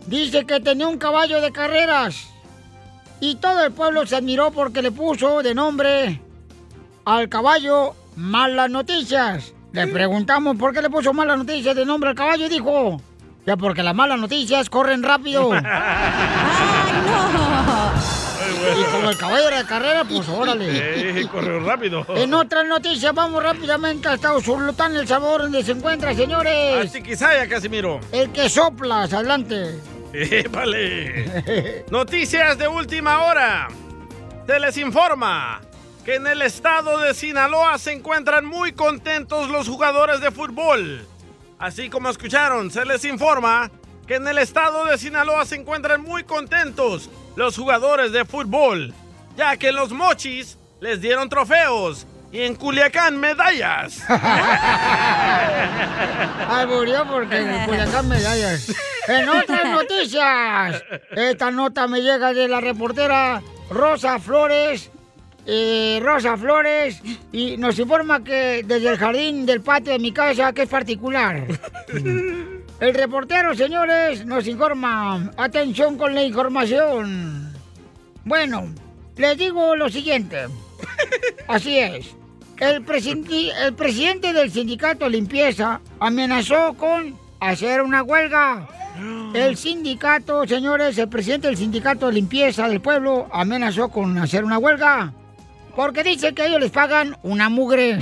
Speaker 1: dice que tenía un caballo de carreras y todo el pueblo se admiró porque le puso de nombre al caballo Malas Noticias. Le preguntamos por qué le puso Malas Noticias de nombre al caballo y dijo, ya porque las malas noticias corren rápido. Y como el caballo era de carrera, pues órale.
Speaker 4: Eh, corrió rápido.
Speaker 1: En otras noticias, vamos rápidamente hasta Usulután, El Salvador, donde se encuentra, señores,
Speaker 4: Así quizá ya, Casimiro.
Speaker 1: el que soplas. Adelante.
Speaker 4: Eh, vale. Noticias de última hora. Se les informa que en el estado de Sinaloa se encuentran muy contentos los jugadores de fútbol. Así como escucharon, se les informa que en el estado de Sinaloa se encuentran muy contentos los jugadores de fútbol, ya que los mochis les dieron trofeos y en Culiacán medallas.
Speaker 1: Alburió porque en Culiacán medallas. En otras noticias, esta nota me llega de la reportera Rosa Flores. eh, Rosa Flores y nos informa que desde el jardín del patio de mi casa, que es particular. El reportero, señores, nos informa. Atención con la información. Bueno, les digo lo siguiente. Así es. El, presi- el presidente del sindicato Limpieza amenazó con hacer una huelga. El sindicato, señores, el presidente del sindicato Limpieza del pueblo amenazó con hacer una huelga. Porque dice que ellos les pagan una mugre.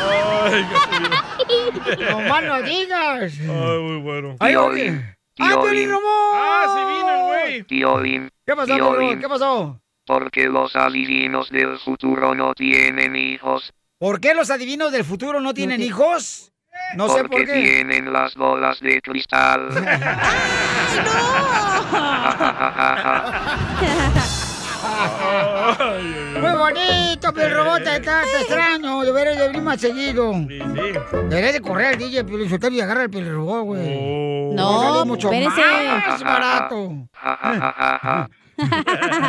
Speaker 12: Ay,
Speaker 1: No más no digas.
Speaker 4: Ay, muy bueno.
Speaker 12: Tío
Speaker 1: Ay,
Speaker 12: Bim,
Speaker 1: ¡Ah,
Speaker 12: tío
Speaker 1: Piolín
Speaker 12: Bim,
Speaker 1: Ramón!
Speaker 4: ¡Ah, sí vino el
Speaker 12: tío Bim,
Speaker 1: ¿Qué pasó,
Speaker 12: tío
Speaker 1: Piolín?
Speaker 12: Bim,
Speaker 1: ¿Qué pasó?
Speaker 12: Porque los adivinos del futuro no tienen hijos.
Speaker 1: ¿Por qué los adivinos del futuro no tienen hijos? No sé por
Speaker 12: porque
Speaker 1: qué.
Speaker 12: tienen las bolas de cristal.
Speaker 1: Muy bonito, pero el robot
Speaker 4: Eh.
Speaker 1: está, está extraño. Debería de venir más seguido. Sí, sí. Debería de correr al DJ Piolín Sotelo y agarra el Piolín robot, güey.
Speaker 4: Oh.
Speaker 1: Va
Speaker 2: No,
Speaker 1: a salir mucho
Speaker 2: espérese.
Speaker 1: más barato.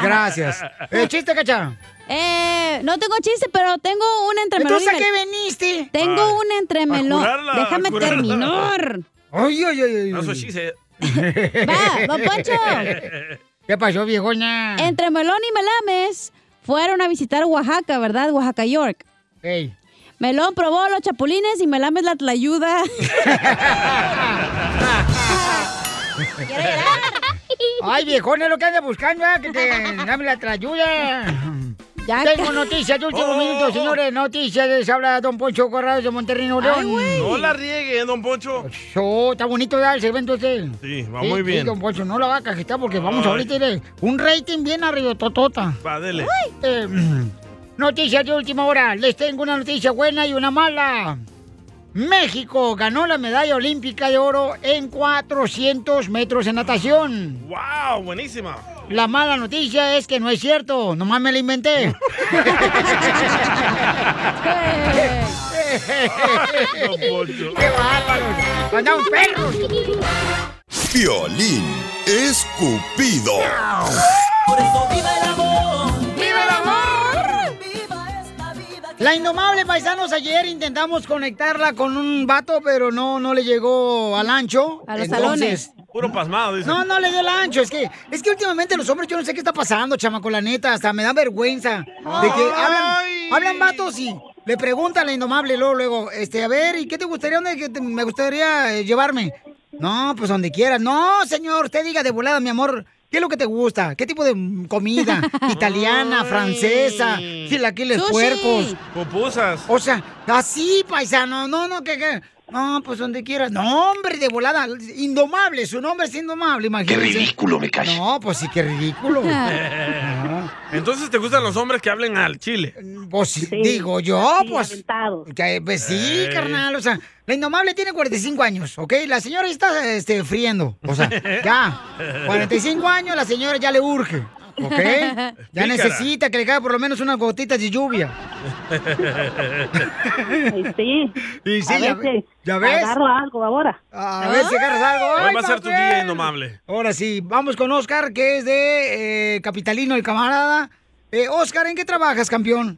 Speaker 1: Gracias. Eh, chiste, cacha.
Speaker 2: Eh, no tengo chiste, pero tengo un entremelón.
Speaker 1: ¿Entonces a qué
Speaker 2: veniste? Tengo
Speaker 1: Ay,
Speaker 2: un entremelón.
Speaker 1: a curarla,
Speaker 2: Déjame
Speaker 1: a curarla.
Speaker 2: terminar.
Speaker 1: Ay, ay, ay, ay.
Speaker 4: That's what she said.
Speaker 2: Va, don
Speaker 1: Poncho. ¿Qué pasó, viejoña?
Speaker 2: Entre Melón y Melames fueron a visitar Oaxaca, ¿verdad? Oaxaca, York.
Speaker 1: Ey.
Speaker 2: Melón probó los chapulines y Melames la tlayuda.
Speaker 1: Ay, viejón, es lo que anda buscando, ¿eh? que te dame la trayuda. Tengo noticias de último
Speaker 4: Oh,
Speaker 1: minuto,
Speaker 4: oh, oh.
Speaker 1: señores. Noticias, les habla Don Poncho Corrado de Monterrey, Nuevo León.
Speaker 4: No la riegue, eh, don Poncho.
Speaker 1: Oh, está bonito ya el segmento este.
Speaker 4: Sí, va
Speaker 1: Sí,
Speaker 4: muy
Speaker 1: sí,
Speaker 4: bien.
Speaker 1: don Poncho, no la va a cajetar porque vamos
Speaker 4: Ay.
Speaker 1: ahorita a ir un rating bien arriba, totota.
Speaker 4: Va, dele.
Speaker 1: Eh, noticias de última hora. Les tengo una noticia buena y una mala. México ganó la medalla olímpica de oro en 400 metros en natación.
Speaker 4: ¡Wow! Buenísima.
Speaker 1: La mala noticia es que no es cierto. Nomás me la inventé.
Speaker 12: Ay, don
Speaker 1: ¡Qué bárbaros! ¡Andaban perros!
Speaker 5: Piolín Escupido.
Speaker 12: Por eso viva el amor.
Speaker 1: ¡Viva el amor! La indomable paisanos ayer intentamos conectarla con un vato, pero no, no le llegó al ancho.
Speaker 4: A
Speaker 2: los
Speaker 1: Entonces,
Speaker 4: Puro pasmado, dice.
Speaker 1: No, no le dio el ancho. Es que, es que últimamente los hombres, yo no sé qué está pasando, chamaco, la neta. Hasta me da vergüenza de que hablan, hablan vatos y le preguntan a la indomable luego, luego, este, a ver, ¿y qué te gustaría? ¿Dónde que te- me gustaría eh, llevarme? No, pues donde quieras. No, señor, usted diga de volada, mi amor. ¿Qué es lo que te gusta? ¿Qué tipo de mm, comida? Italiana, francesa, chilaquiles
Speaker 4: Sushi.
Speaker 1: puercos.
Speaker 4: Pupusas.
Speaker 1: O sea, así, paisano. No, no, que... que- No, pues donde quieras. No, hombre, de volada. Indomable, su nombre es indomable, imagínese.
Speaker 4: ridículo,
Speaker 1: me cae. No, pues sí, qué ridículo.
Speaker 4: Entonces, ¿te gustan los hombres que hablen al chile?
Speaker 1: Pues digo yo, pues. que, pues sí,
Speaker 4: Ey.
Speaker 1: carnal. O sea, la indomable tiene 45 años, ¿ok? La señora está este, friendo. O sea, ya. 45 años, la señora ya le urge. ¿Ok? Ya
Speaker 12: Pícara.
Speaker 1: necesita que le caiga por lo menos unas gotitas de lluvia.
Speaker 14: Sí.
Speaker 1: Y sí,
Speaker 14: a
Speaker 1: ya,
Speaker 14: ver
Speaker 1: ve-
Speaker 14: si
Speaker 1: ya ves.
Speaker 14: Agarro algo ahora.
Speaker 1: A ver si agarras algo.
Speaker 4: Hoy
Speaker 1: ¡Ay,
Speaker 4: va a ser tu
Speaker 1: papel!
Speaker 4: día indomable.
Speaker 1: Ahora sí, vamos con Oscar, que es de eh, Capitalino, el camarada. Eh, Oscar, ¿en qué trabajas, campeón?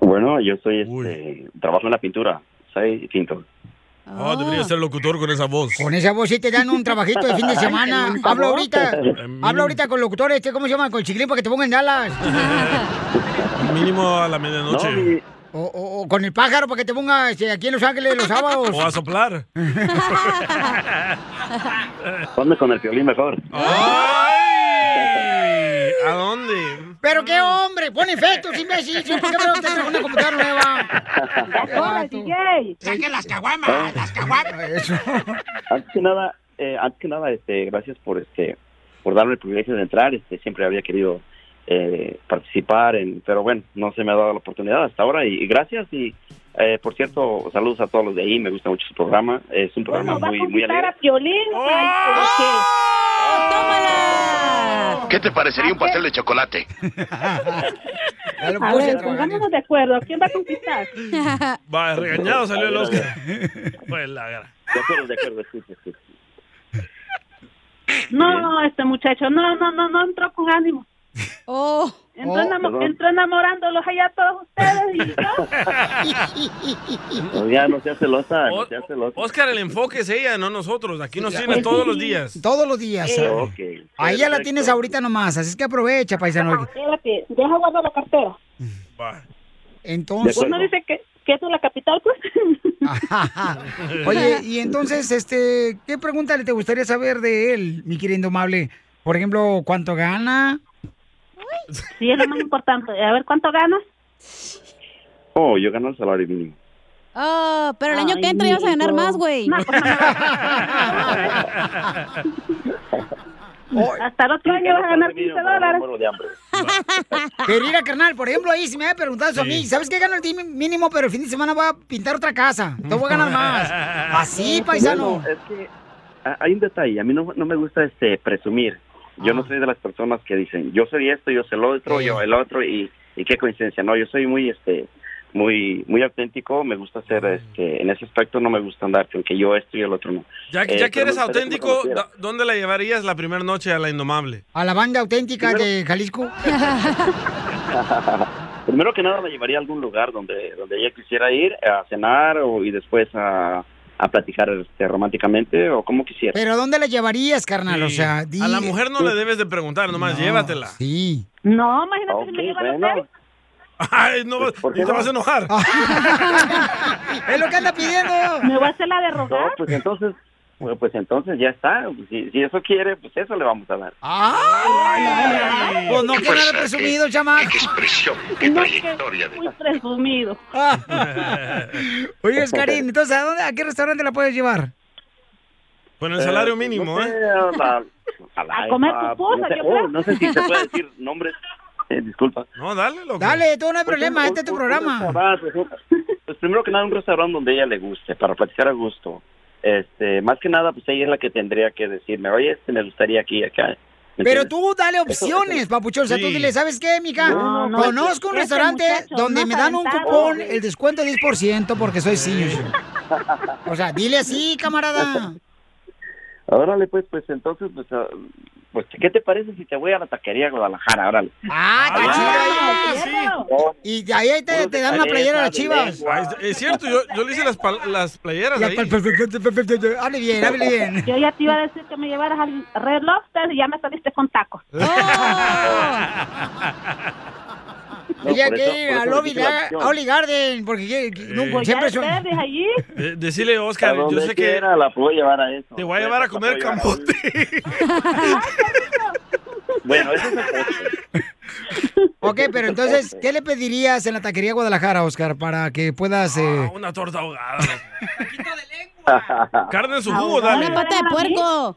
Speaker 20: Bueno, yo soy, este, trabajo en la pintura, soy pintor.
Speaker 4: Oh, debería ser locutor con esa voz.
Speaker 1: Con esa voz sí te dan un trabajito de fin de semana. Habla ahorita,
Speaker 4: Mínimo-
Speaker 1: habla ahorita con locutores, este, ¿cómo se llama? Con el chiclín para que te pongan Dallas.
Speaker 4: Mínimo a la medianoche.
Speaker 1: O, o- o con el pájaro para que te ponga este, aquí en Los Ángeles los sábados.
Speaker 4: O a soplar.
Speaker 20: Ponme con el violín mejor.
Speaker 4: Ah. ¡Ay! ¿A dónde?
Speaker 1: Pero qué hombre, pon efectos, imbécil. ¿Por qué no te trajo una computadora nueva?
Speaker 12: Saque
Speaker 1: las caguamas, las caguamas.
Speaker 20: ¿Eh? Antes que nada, eh, antes que nada, este, gracias por este, por darme el privilegio de entrar. Este, siempre había querido eh, participar, en, pero bueno, no se me ha dado la oportunidad hasta ahora. Y, y gracias y eh, por cierto, saludos a todos los de ahí. Me gusta mucho su programa. Es un programa muy, muy alegre.
Speaker 14: Piolín.
Speaker 20: ¡Ah!
Speaker 21: ¿Qué te parecería un pastel de chocolate?
Speaker 14: A ver, pongámonos de acuerdo. ¿Quién va a conquistar?
Speaker 4: Va, regañado salió el Oscar. Pues la gra-
Speaker 20: De acuerdo, de acuerdo, sí, sí, sí.
Speaker 14: No, este muchacho, no, no, no, no entró con ánimo.
Speaker 2: Oh.
Speaker 14: Entró,
Speaker 20: Oh.
Speaker 14: enamo-
Speaker 20: Perdón.
Speaker 14: entró enamorándolos allá a todos ustedes y
Speaker 20: No, ya no seas celosa, no
Speaker 4: O-
Speaker 20: seas celosa.
Speaker 4: Oscar, el enfoque es ella, no nosotros. Aquí nos
Speaker 1: Ya.
Speaker 4: tienes todos los días.
Speaker 1: Todos los días.
Speaker 4: Eh.
Speaker 1: ¿sabes?
Speaker 4: Ok,
Speaker 1: Ahí ya la
Speaker 20: Eh,
Speaker 4: perfecto.
Speaker 1: tienes ahorita nomás, así es que aprovecha, paisano.
Speaker 14: Espérate, deja guardar la cartera.
Speaker 1: Entonces.
Speaker 14: Uno Pues dice que, que es la capital, pues.
Speaker 1: Oye, y entonces, este, ¿qué pregunta le te gustaría saber de él, mi querido amable? Por ejemplo, ¿cuánto gana?
Speaker 14: Sí, es lo más importante. A ver, ¿cuánto ganas?
Speaker 20: Oh, yo gano el salario mínimo.
Speaker 2: Oh, pero el año que entra ya vas a ganar más, güey.
Speaker 14: Hasta el otro año vas a ganar 15 dólares.
Speaker 20: Muero de hambre.
Speaker 1: Pero mira, carnal, por ejemplo, ahí si me había preguntado eso a
Speaker 20: Sí.
Speaker 1: mí, ¿sabes qué gano el día mínimo? Pero el fin de semana voy a pintar otra casa. Te voy a ganar más. Así, paisano.
Speaker 20: Bueno, es que ah, hay un detalle. A mí no, no me gusta este presumir. Yo
Speaker 4: Ah.
Speaker 20: no soy de las personas que dicen, yo soy esto, yo soy el otro, yo el otro y, y qué coincidencia. No, yo soy muy este muy muy auténtico. Me gusta ser
Speaker 4: Ah.
Speaker 20: este en ese aspecto no me gusta andar con que yo esto y el otro no.
Speaker 4: Ya, que-
Speaker 20: Eh,
Speaker 4: ya que
Speaker 20: pero
Speaker 4: eres
Speaker 20: me gustaría que me
Speaker 4: auténtico,
Speaker 20: conocieras.
Speaker 4: ¿dó- ¿dónde la llevarías la primera noche a la indomable?
Speaker 1: A la banda auténtica de Jalisco.
Speaker 20: Primero que nada me llevaría a algún lugar donde donde ella quisiera ir a cenar o, y después a, a platicar este, románticamente o como quisiera.
Speaker 1: Pero ¿a dónde la llevarías, carnal? O
Speaker 4: Sí.
Speaker 1: sea, di-
Speaker 4: A la mujer no le debes de preguntar, nomás llévatela.
Speaker 1: Sí.
Speaker 14: No, imagínate
Speaker 4: Ok,
Speaker 14: si me llevan
Speaker 4: bueno.
Speaker 14: a ustedes.
Speaker 4: Ay, no,
Speaker 1: Pues,
Speaker 4: y te vas a enojar.
Speaker 1: es lo que anda pidiendo.
Speaker 14: Me voy a hacer la de rogar.
Speaker 20: No, pues entonces, bueno, pues entonces ya está. Si, si eso quiere, pues eso le vamos a dar.
Speaker 1: ¡Ay! Pues no,
Speaker 20: Qué
Speaker 1: que nada
Speaker 20: fuerza,
Speaker 1: presumido, chamaco.
Speaker 20: qué expresión,
Speaker 1: qué
Speaker 14: No,
Speaker 1: trayectoria.
Speaker 14: Muy presumido.
Speaker 1: Ah, Oye, Oscarín, entonces, ¿a, dónde, ¿a qué restaurante la puedes llevar?
Speaker 4: Con
Speaker 1: el salario
Speaker 4: mínimo,
Speaker 20: ¿eh? A, la- a la-
Speaker 1: A comer
Speaker 20: a-
Speaker 1: pupusas,
Speaker 20: no sé,
Speaker 1: yo
Speaker 20: oh,
Speaker 1: creo.
Speaker 20: no sé si se puede decir nombres. Eh, disculpa.
Speaker 4: No, dale, loco.
Speaker 1: Dale, tú no hay problema, este es tu programa.
Speaker 20: Pues primero que nada, un restaurante donde ella le guste, para platicar a gusto. Este, más que nada, pues ella es la que tendría que decirme, oye, este me gustaría aquí, acá. ¿Me
Speaker 1: Pero
Speaker 20: entiendes?
Speaker 1: tú dale opciones, papuchón. O sea, tú
Speaker 20: Sí.
Speaker 1: dile, ¿sabes qué, mija?
Speaker 20: No, no,
Speaker 1: Conozco un
Speaker 20: este
Speaker 1: restaurante
Speaker 20: muchacho
Speaker 1: donde
Speaker 20: no
Speaker 1: me dan un
Speaker 20: aventado.
Speaker 1: cupón, el descuento 10% porque soy senior. O sea, dile así, camarada.
Speaker 20: Órale, pues, pues entonces, pues, ah, pues, ¿qué te parece si te voy a la taquería de Guadalajara? Órale.
Speaker 1: Ah, está
Speaker 20: Ah,
Speaker 1: chido ahí. Y ahí ahí te, te dan una playera a las chivas.
Speaker 4: Ah, es, es cierto, yo, yo le hice las, pal- las playeras
Speaker 1: Ya,
Speaker 4: ahí.
Speaker 1: pa- pa- Hable bien, hable bien.
Speaker 14: Yo ya te iba a decir que me llevaras al Red Lobster y ya me saliste con tacos.
Speaker 12: ¡Oh!
Speaker 20: No,
Speaker 1: Ella
Speaker 20: por
Speaker 1: quiere
Speaker 20: eso-
Speaker 1: ir
Speaker 20: por eso
Speaker 1: a
Speaker 20: le
Speaker 1: Lobby
Speaker 20: dije la
Speaker 1: Gar-
Speaker 20: opción.
Speaker 1: a Oli Garden, porque quiere- nunca-
Speaker 4: Pues ya
Speaker 1: siempre son...
Speaker 14: ¿Ustedes allí?
Speaker 4: De- decirle, Oscar,
Speaker 20: A donde
Speaker 4: yo sé que
Speaker 20: quiera la puedo llevar a eso.
Speaker 4: te voy a llevar a comer camote.
Speaker 20: Bueno, eso es
Speaker 1: Ok, pero entonces, ¿qué le pedirías en la taquería Guadalajara, Oscar, para que puedas... eh,
Speaker 4: Ah, Una torta ahogada. Carne
Speaker 20: Ah,
Speaker 4: en su jugo, dale.
Speaker 2: Una pata de puerco.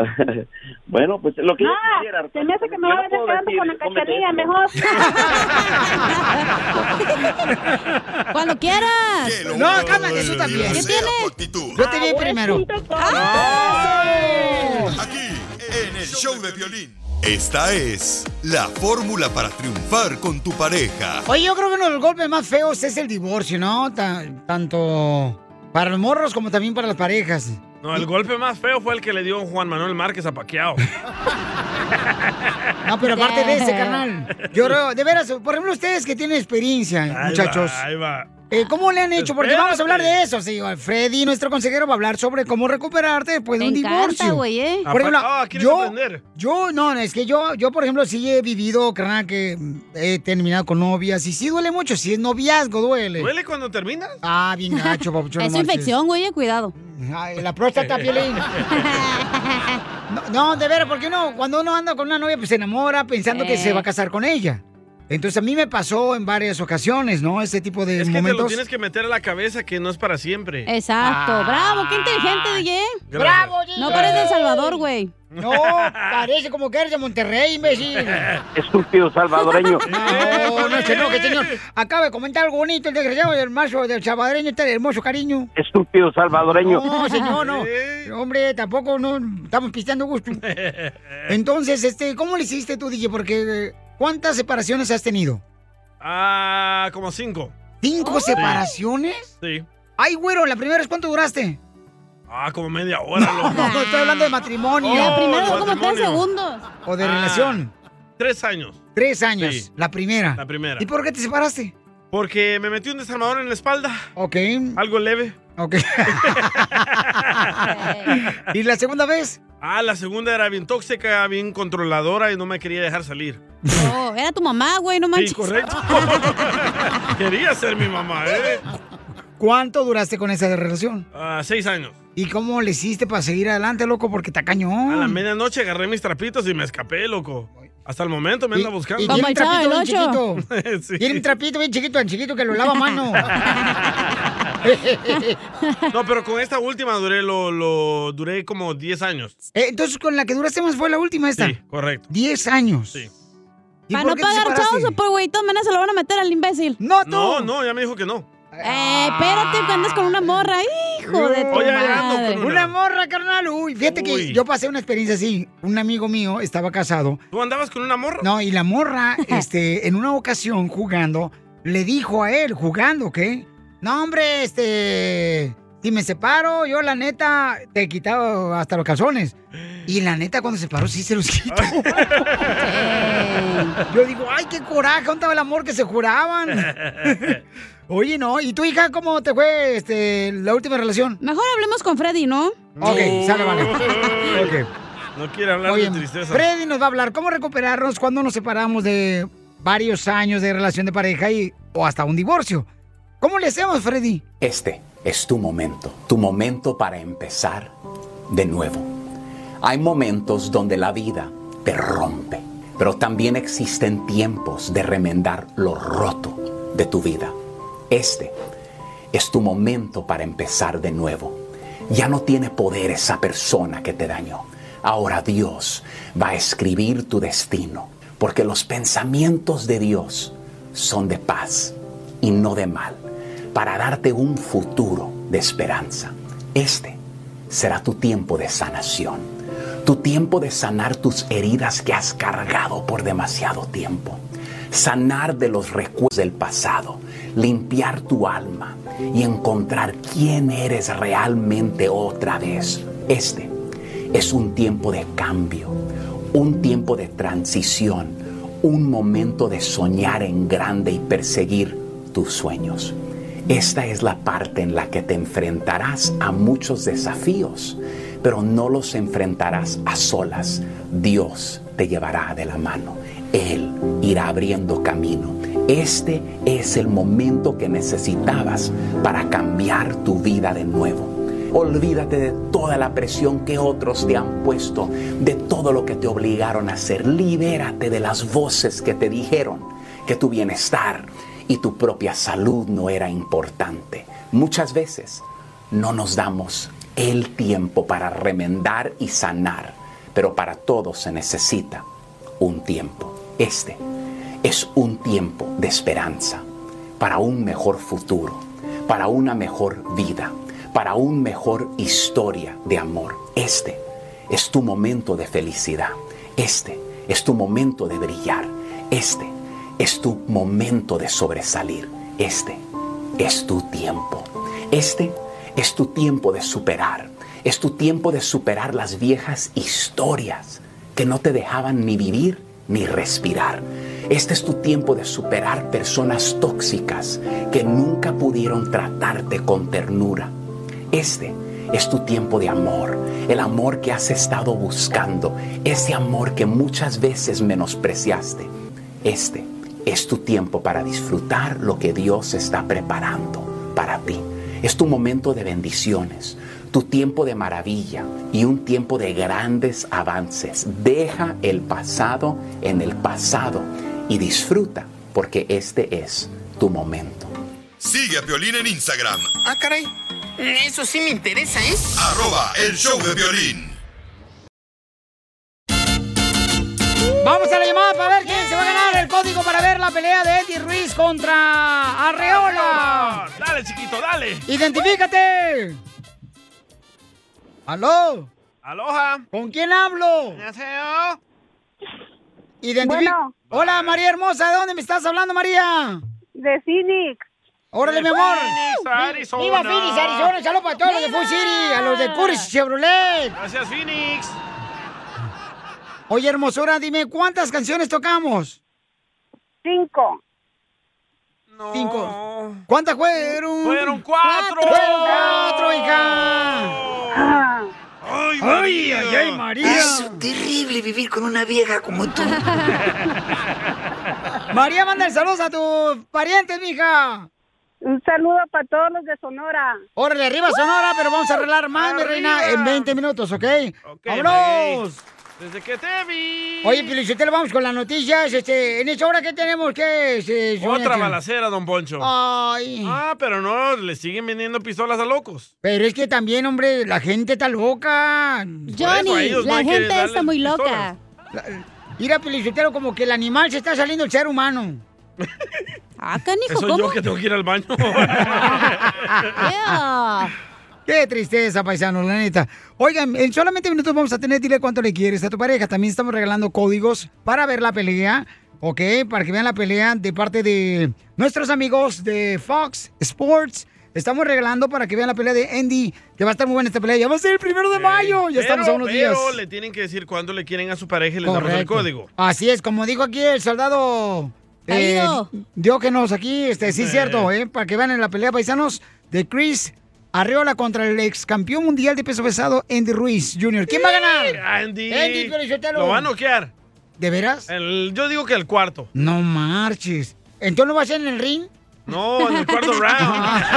Speaker 20: bueno, pues lo que yo
Speaker 14: Ah,
Speaker 20: quisiera,
Speaker 14: se me hace que me
Speaker 20: yo
Speaker 14: va a venir
Speaker 20: no puedo
Speaker 14: quedando
Speaker 20: decir,
Speaker 14: con la
Speaker 20: cómete
Speaker 14: cachanilla
Speaker 20: esto.
Speaker 14: mejor.
Speaker 2: Cuando quieras.
Speaker 1: No, cálmate, tú también.
Speaker 2: ¿Qué tienes?
Speaker 1: Yo te vi primero. ¡Ah!
Speaker 5: En el show de violín. Esta es la fórmula para triunfar con tu pareja.
Speaker 1: Oye, yo creo que uno de los golpes más feos es el divorcio, ¿no? Ta- tanto para los morros como también para las parejas.
Speaker 4: No, el golpe más feo fue el que le dio Juan Manuel Márquez a Paquiao.
Speaker 1: No, pero aparte de ese, carnal. Yo creo, de veras, por ejemplo, ustedes que tienen experiencia,
Speaker 4: Ahí
Speaker 1: muchachos.
Speaker 4: va, ahí va.
Speaker 1: Eh, ¿Cómo le han hecho? Porque
Speaker 4: Espérate.
Speaker 1: vamos a hablar de eso, sí. Freddy, nuestro consejero, va a hablar sobre cómo recuperarte después de
Speaker 2: Me
Speaker 1: un
Speaker 2: encanta,
Speaker 1: divorcio.
Speaker 2: güey, ¿eh?
Speaker 1: Por ejemplo,
Speaker 2: Ah, ¿quieres
Speaker 1: yo,
Speaker 2: aprender?
Speaker 1: yo, no, es que yo, yo, por ejemplo, sí he vivido, carnal, que he terminado con novias y sí duele mucho. Si es noviazgo, duele.
Speaker 4: ¿Duele cuando terminas?
Speaker 1: Ah, bien gacho, papuchón. no
Speaker 2: Es
Speaker 1: marches.
Speaker 2: infección, güey, eh, cuidado.
Speaker 1: Ay, la próstata, Piolín. No, no, de veras, porque uno, cuando uno anda con una novia, pues se enamora pensando que
Speaker 4: Eh.
Speaker 1: se va a casar con ella. Entonces a mí me pasó en varias ocasiones, ¿no? Ese tipo de
Speaker 4: Es que te lo
Speaker 1: momentos.
Speaker 4: tienes que meter a la cabeza que no es para siempre.
Speaker 2: Exacto.
Speaker 4: Ah.
Speaker 2: Bravo, qué inteligente, DJ.
Speaker 4: Gracias. Bravo,
Speaker 1: DJ.
Speaker 2: No parece El Salvador, güey.
Speaker 1: No, parece como que eres de Monterrey, imbécil. Oh,
Speaker 19: Estúpido salvadoreño.
Speaker 1: No, no se enoje, señor. Acaba de comentar algo bonito, el desgraciado del mazo del salvadoreño, este hermoso cariño.
Speaker 19: Estúpido salvadoreño.
Speaker 1: No, señor, no. Hombre, tampoco no estamos pisteando gusto. Entonces, este, ¿cómo le hiciste tú, DJ? Porque eh, ¿cuántas separaciones has tenido?
Speaker 4: Ah, como cinco.
Speaker 1: ¿Cinco
Speaker 4: Oh.
Speaker 1: separaciones?
Speaker 4: Sí.
Speaker 1: Ay, güero, la primera es cuánto duraste.
Speaker 4: Ah, como media hora, loco.
Speaker 1: No, pues, estoy hablando de matrimonio.
Speaker 4: Ah. La primera fue como tres matrimonio.
Speaker 2: segundos.
Speaker 1: O de
Speaker 4: Ah,
Speaker 1: relación.
Speaker 4: Tres años.
Speaker 1: Tres años.
Speaker 4: Sí.
Speaker 1: La primera.
Speaker 4: La primera.
Speaker 1: ¿Y por qué te separaste?
Speaker 4: Porque me metí un desarmador en la espalda.
Speaker 1: Ok.
Speaker 4: Algo leve.
Speaker 1: Ok. ¿Y la segunda vez?
Speaker 4: Ah, la segunda era bien tóxica, bien controladora y no me quería dejar salir.
Speaker 2: No, era tu mamá, güey, no manches.
Speaker 4: Sí, correcto. quería ser mi mamá, ¿eh?
Speaker 1: ¿Cuánto duraste con esa relación?
Speaker 4: Ah, seis años.
Speaker 1: ¿Y cómo le hiciste para seguir adelante, loco? Porque está cañón.
Speaker 4: A la medianoche agarré mis trapitos y me escapé, loco. Hasta el momento me anda buscando.
Speaker 1: Y tiene un trapito bien chiquito.
Speaker 4: Sí.
Speaker 1: Tiene un trapito bien chiquito, tan chiquito que lo lava a mano.
Speaker 4: No, pero con esta última duré lo, lo duré como 10 años.
Speaker 1: Eh, Entonces, con la que duraste más fue la última esta.
Speaker 4: Sí, correcto.
Speaker 1: Diez años.
Speaker 4: Sí.
Speaker 1: ¿Y
Speaker 2: Para
Speaker 1: por
Speaker 2: no
Speaker 1: qué te
Speaker 2: pagar
Speaker 1: separaste?
Speaker 2: chavos, pues, güey, todas maneras se lo van a meter al imbécil.
Speaker 1: No, tú.
Speaker 4: No, no, ya me dijo que no.
Speaker 2: Eh, espérate, que andas con una morra, hijo de tu
Speaker 4: Oye,
Speaker 2: madre.
Speaker 4: ando con
Speaker 1: una. morra, carnal. Uy, fíjate que
Speaker 4: Uy.
Speaker 1: yo pasé una experiencia así. Un amigo mío estaba casado.
Speaker 4: ¿Tú andabas con una morra?
Speaker 1: No, y la morra, este, en una ocasión jugando, le dijo a él, jugando, ¿qué? No, hombre, este, si me separo, yo la neta te quitaba hasta los calzones. Y la neta, cuando se paró, sí se los quitó. yo digo, ay, qué coraje, ¿dónde estaba el amor que se juraban? Oye, no, ¿y tu hija cómo te fue este, la última relación?
Speaker 2: Mejor hablemos con Freddy, ¿no?
Speaker 1: Ok, sale, vale.
Speaker 4: Uy.
Speaker 1: Ok.
Speaker 4: No quiere hablar
Speaker 1: Oye,
Speaker 4: de tristeza.
Speaker 1: Freddy nos va a hablar cómo recuperarnos cuando nos separamos de varios años de relación de pareja y, o hasta un divorcio. ¿Cómo le hacemos, Freddy?
Speaker 22: Este es tu momento, tu momento para empezar de nuevo. Hay momentos donde la vida te rompe, pero también existen tiempos de remendar lo roto de tu vida. Este es tu momento para empezar de nuevo. Ya no tiene poder esa persona que te dañó. Ahora Dios va a escribir tu destino, porque los pensamientos de Dios son de paz y no de mal, para darte un futuro de esperanza. Este será tu tiempo de sanación, tu tiempo de sanar tus heridas que has cargado por demasiado tiempo, sanar de los recuerdos del pasado, limpiar tu alma y encontrar quién eres realmente otra vez Este es un tiempo de cambio, un tiempo de transición, un momento de soñar en grande y perseguir tus sueños. Esta es la parte en la que te enfrentarás a muchos desafíos, pero no los enfrentarás a solas. Dios te llevará de la mano. Él irá abriendo camino. Este es el momento que necesitabas para cambiar tu vida de nuevo. Olvídate de toda la presión que otros te han puesto, de todo lo que te obligaron a hacer. Libérate de las voces que te dijeron que tu bienestar y tu propia salud no era importante. Muchas veces no nos damos el tiempo para remendar y sanar, pero para todo se necesita un tiempo. Este es un tiempo de esperanza para un mejor futuro, para una mejor vida para una mejor historia de amor. Este es tu momento de felicidad. Este es tu momento de brillar. Este es tu momento de sobresalir. Este es tu tiempo. Este es tu tiempo de superar. Es tu tiempo de superar las viejas historias que no te dejaban ni vivir ni respirar. Este es tu tiempo de superar personas tóxicas que nunca pudieron tratarte con ternura, este es tu tiempo de amor, el amor que has estado buscando, ese amor que muchas veces menospreciaste. Este es tu tiempo para disfrutar lo que Dios está preparando para ti. Es tu momento de bendiciones, tu tiempo de maravilla y un tiempo de grandes avances. Deja el pasado en el pasado y disfruta porque este es tu momento.
Speaker 5: Sigue a Piolín en Instagram.
Speaker 9: Ah, caray. Eso sí me interesa, ¿eh?
Speaker 5: Arroba el show de violín.
Speaker 1: Vamos a la llamada para ver quién se va a ganar el código para ver la pelea de Eddie Ruiz contra Arreola.
Speaker 4: Dale, chiquito, dale.
Speaker 1: ¡Identifícate! ¡Aló!
Speaker 4: Aloha.
Speaker 1: ¿Con quién hablo?
Speaker 4: Annyeonghaseyo.
Speaker 1: Identifi-
Speaker 4: Bueno.
Speaker 1: Hola, María Hermosa, ¿de dónde me estás hablando, María?
Speaker 14: De Phoenix.
Speaker 1: Órale,
Speaker 14: De
Speaker 1: mi amor.
Speaker 14: Phoenix, Arizona.
Speaker 1: ¡Viva Phoenix, Arizona! ¡Saludos para todos los de Food City! ¡A los de Curtis Chevrolet!
Speaker 4: Gracias, Phoenix.
Speaker 1: Oye, hermosura, dime, ¿cuántas canciones tocamos?
Speaker 14: Cinco.
Speaker 1: Cinco. ¿Cuántas fueron?
Speaker 4: Fueron cuatro.
Speaker 1: ¡Fueron cuatro, hija!
Speaker 4: ¡Ay,
Speaker 1: ¡Ay, ay, ay, María!
Speaker 9: Es terrible vivir con una vieja como tú.
Speaker 1: María, manda el saludos a tus parientes, mija.
Speaker 14: Un saludo para todos los de Sonora.
Speaker 1: Órale, arriba Sonora, pero vamos a arreglar más, mi reina, en 20 minutos, ¿ok? ¡Vámonos!
Speaker 4: Desde que te vi.
Speaker 1: Oye, pues, Pilichotelo, vamos con las noticias. Este, en esta hora, ¿qué tenemos? ¿Qué es? eh,
Speaker 4: Otra
Speaker 1: Sonia?
Speaker 4: balacera, don Poncho.
Speaker 1: Ay.
Speaker 4: Ah, pero no, le siguen vendiendo pistolas a locos.
Speaker 1: Pero es que también, hombre, la gente está loca.
Speaker 4: Johnny, a ellos no la hay que gente darles está muy
Speaker 2: loca.
Speaker 1: La- Mira, Pilichotelo, como que el animal se está saliendo el ser humano.
Speaker 2: ah,
Speaker 4: Eso yo que tengo que ir al baño.
Speaker 1: Qué tristeza, paisano, la neta. Oigan, en solamente minutos vamos a tener, dile cuánto le quieres a tu pareja. También estamos regalando códigos para ver la pelea, ¿ok? Para que vean la pelea de parte de nuestros amigos de Fox Sports. Estamos regalando para que vean la pelea de Andy, que va a estar muy buena esta pelea. Ya va a ser el primero de mayo, ya estamos a
Speaker 4: Pero-
Speaker 1: unos días.
Speaker 4: Pero le tienen que decir cuándo le quieren a su pareja y les damos el
Speaker 1: Correcto.
Speaker 4: código.
Speaker 1: Así es, como dijo aquí el soldado eh,
Speaker 4: Caído.
Speaker 1: Diógenos aquí, este, sí,
Speaker 4: Eh.
Speaker 1: cierto, eh, para que vean en la pelea paisanos de Chris Arreola contra el ex campeón mundial de peso pesado Andy Ruiz Jr. ¿Quién va a ganar?
Speaker 4: Andy.
Speaker 1: Andy Pelichotelo.
Speaker 4: Lo va a noquear.
Speaker 1: ¿De veras?
Speaker 4: El- yo digo que el cuarto.
Speaker 1: No marches. ¿Entonces no va a ser en el ring?
Speaker 4: No, en el cuarto
Speaker 1: round.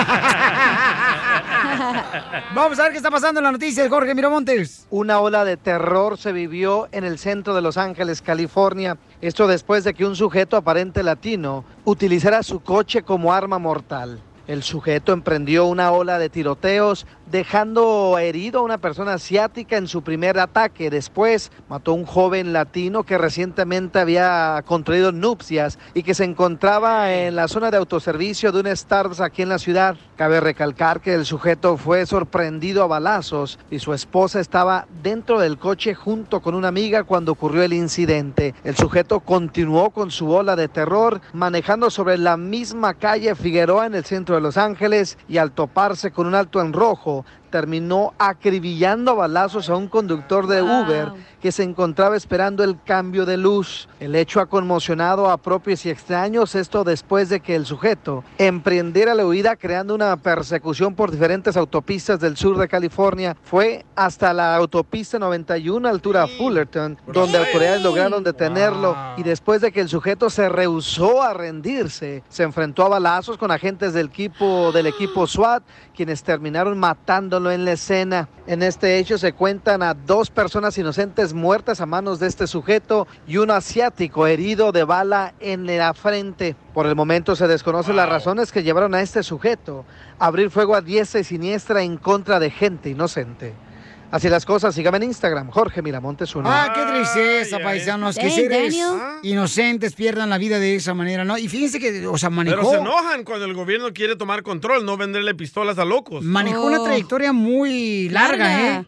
Speaker 1: Vamos a ver qué está pasando en las noticias, Jorge Miramontes.
Speaker 7: Una ola de terror se vivió en el centro de Los Ángeles, California. Esto después de que un sujeto aparente latino utilizara su coche como arma mortal. El sujeto emprendió una ola de tiroteos, dejando herido a una persona asiática en su primer ataque. Después mató a un joven latino que recientemente había contraído nupcias y que se encontraba en la zona de autoservicio de un Starbucks aquí en la ciudad. Cabe recalcar que el sujeto fue sorprendido a balazos y su esposa estaba dentro del coche junto con una amiga cuando ocurrió el incidente. El sujeto continuó con su ola de terror manejando sobre la misma calle Figueroa en el centro de Los Ángeles y al toparse con un alto en rojo terminó acribillando a balazos a un conductor de Uber que se encontraba esperando el cambio de luz. El hecho ha conmocionado a propios y extraños, esto después de que el sujeto emprendiera la huida creando una persecución por diferentes autopistas del sur de California. Fue hasta la autopista 91 altura Fullerton, donde autoridades lograron detenerlo y después de que el sujeto se rehusó a rendirse, se enfrentó a balazos con agentes del equipo del equipo SWAT, quienes terminaron matándolo en la escena. En este hecho se cuentan a dos personas inocentes muertas a manos de este sujeto y un asiático herido de bala en la frente. Por el momento se desconocen las razones que llevaron a este sujeto a abrir fuego a diestra y siniestra en contra de gente inocente. Así las cosas, sígame en Instagram, Jorge Miramontes uno.
Speaker 1: Ah, qué tristeza, paisanos, que
Speaker 7: Dang,
Speaker 1: seres
Speaker 4: Ah.
Speaker 7: Daniel.
Speaker 1: Ah. inocentes pierdan la vida de esa manera, ¿no? Y fíjense que, o sea, manejó...
Speaker 4: Pero se enojan cuando el gobierno quiere tomar control, no venderle pistolas a locos.
Speaker 1: Pues, manejó
Speaker 2: Oh.
Speaker 1: una trayectoria muy larga,
Speaker 4: Larga.
Speaker 1: ¿eh?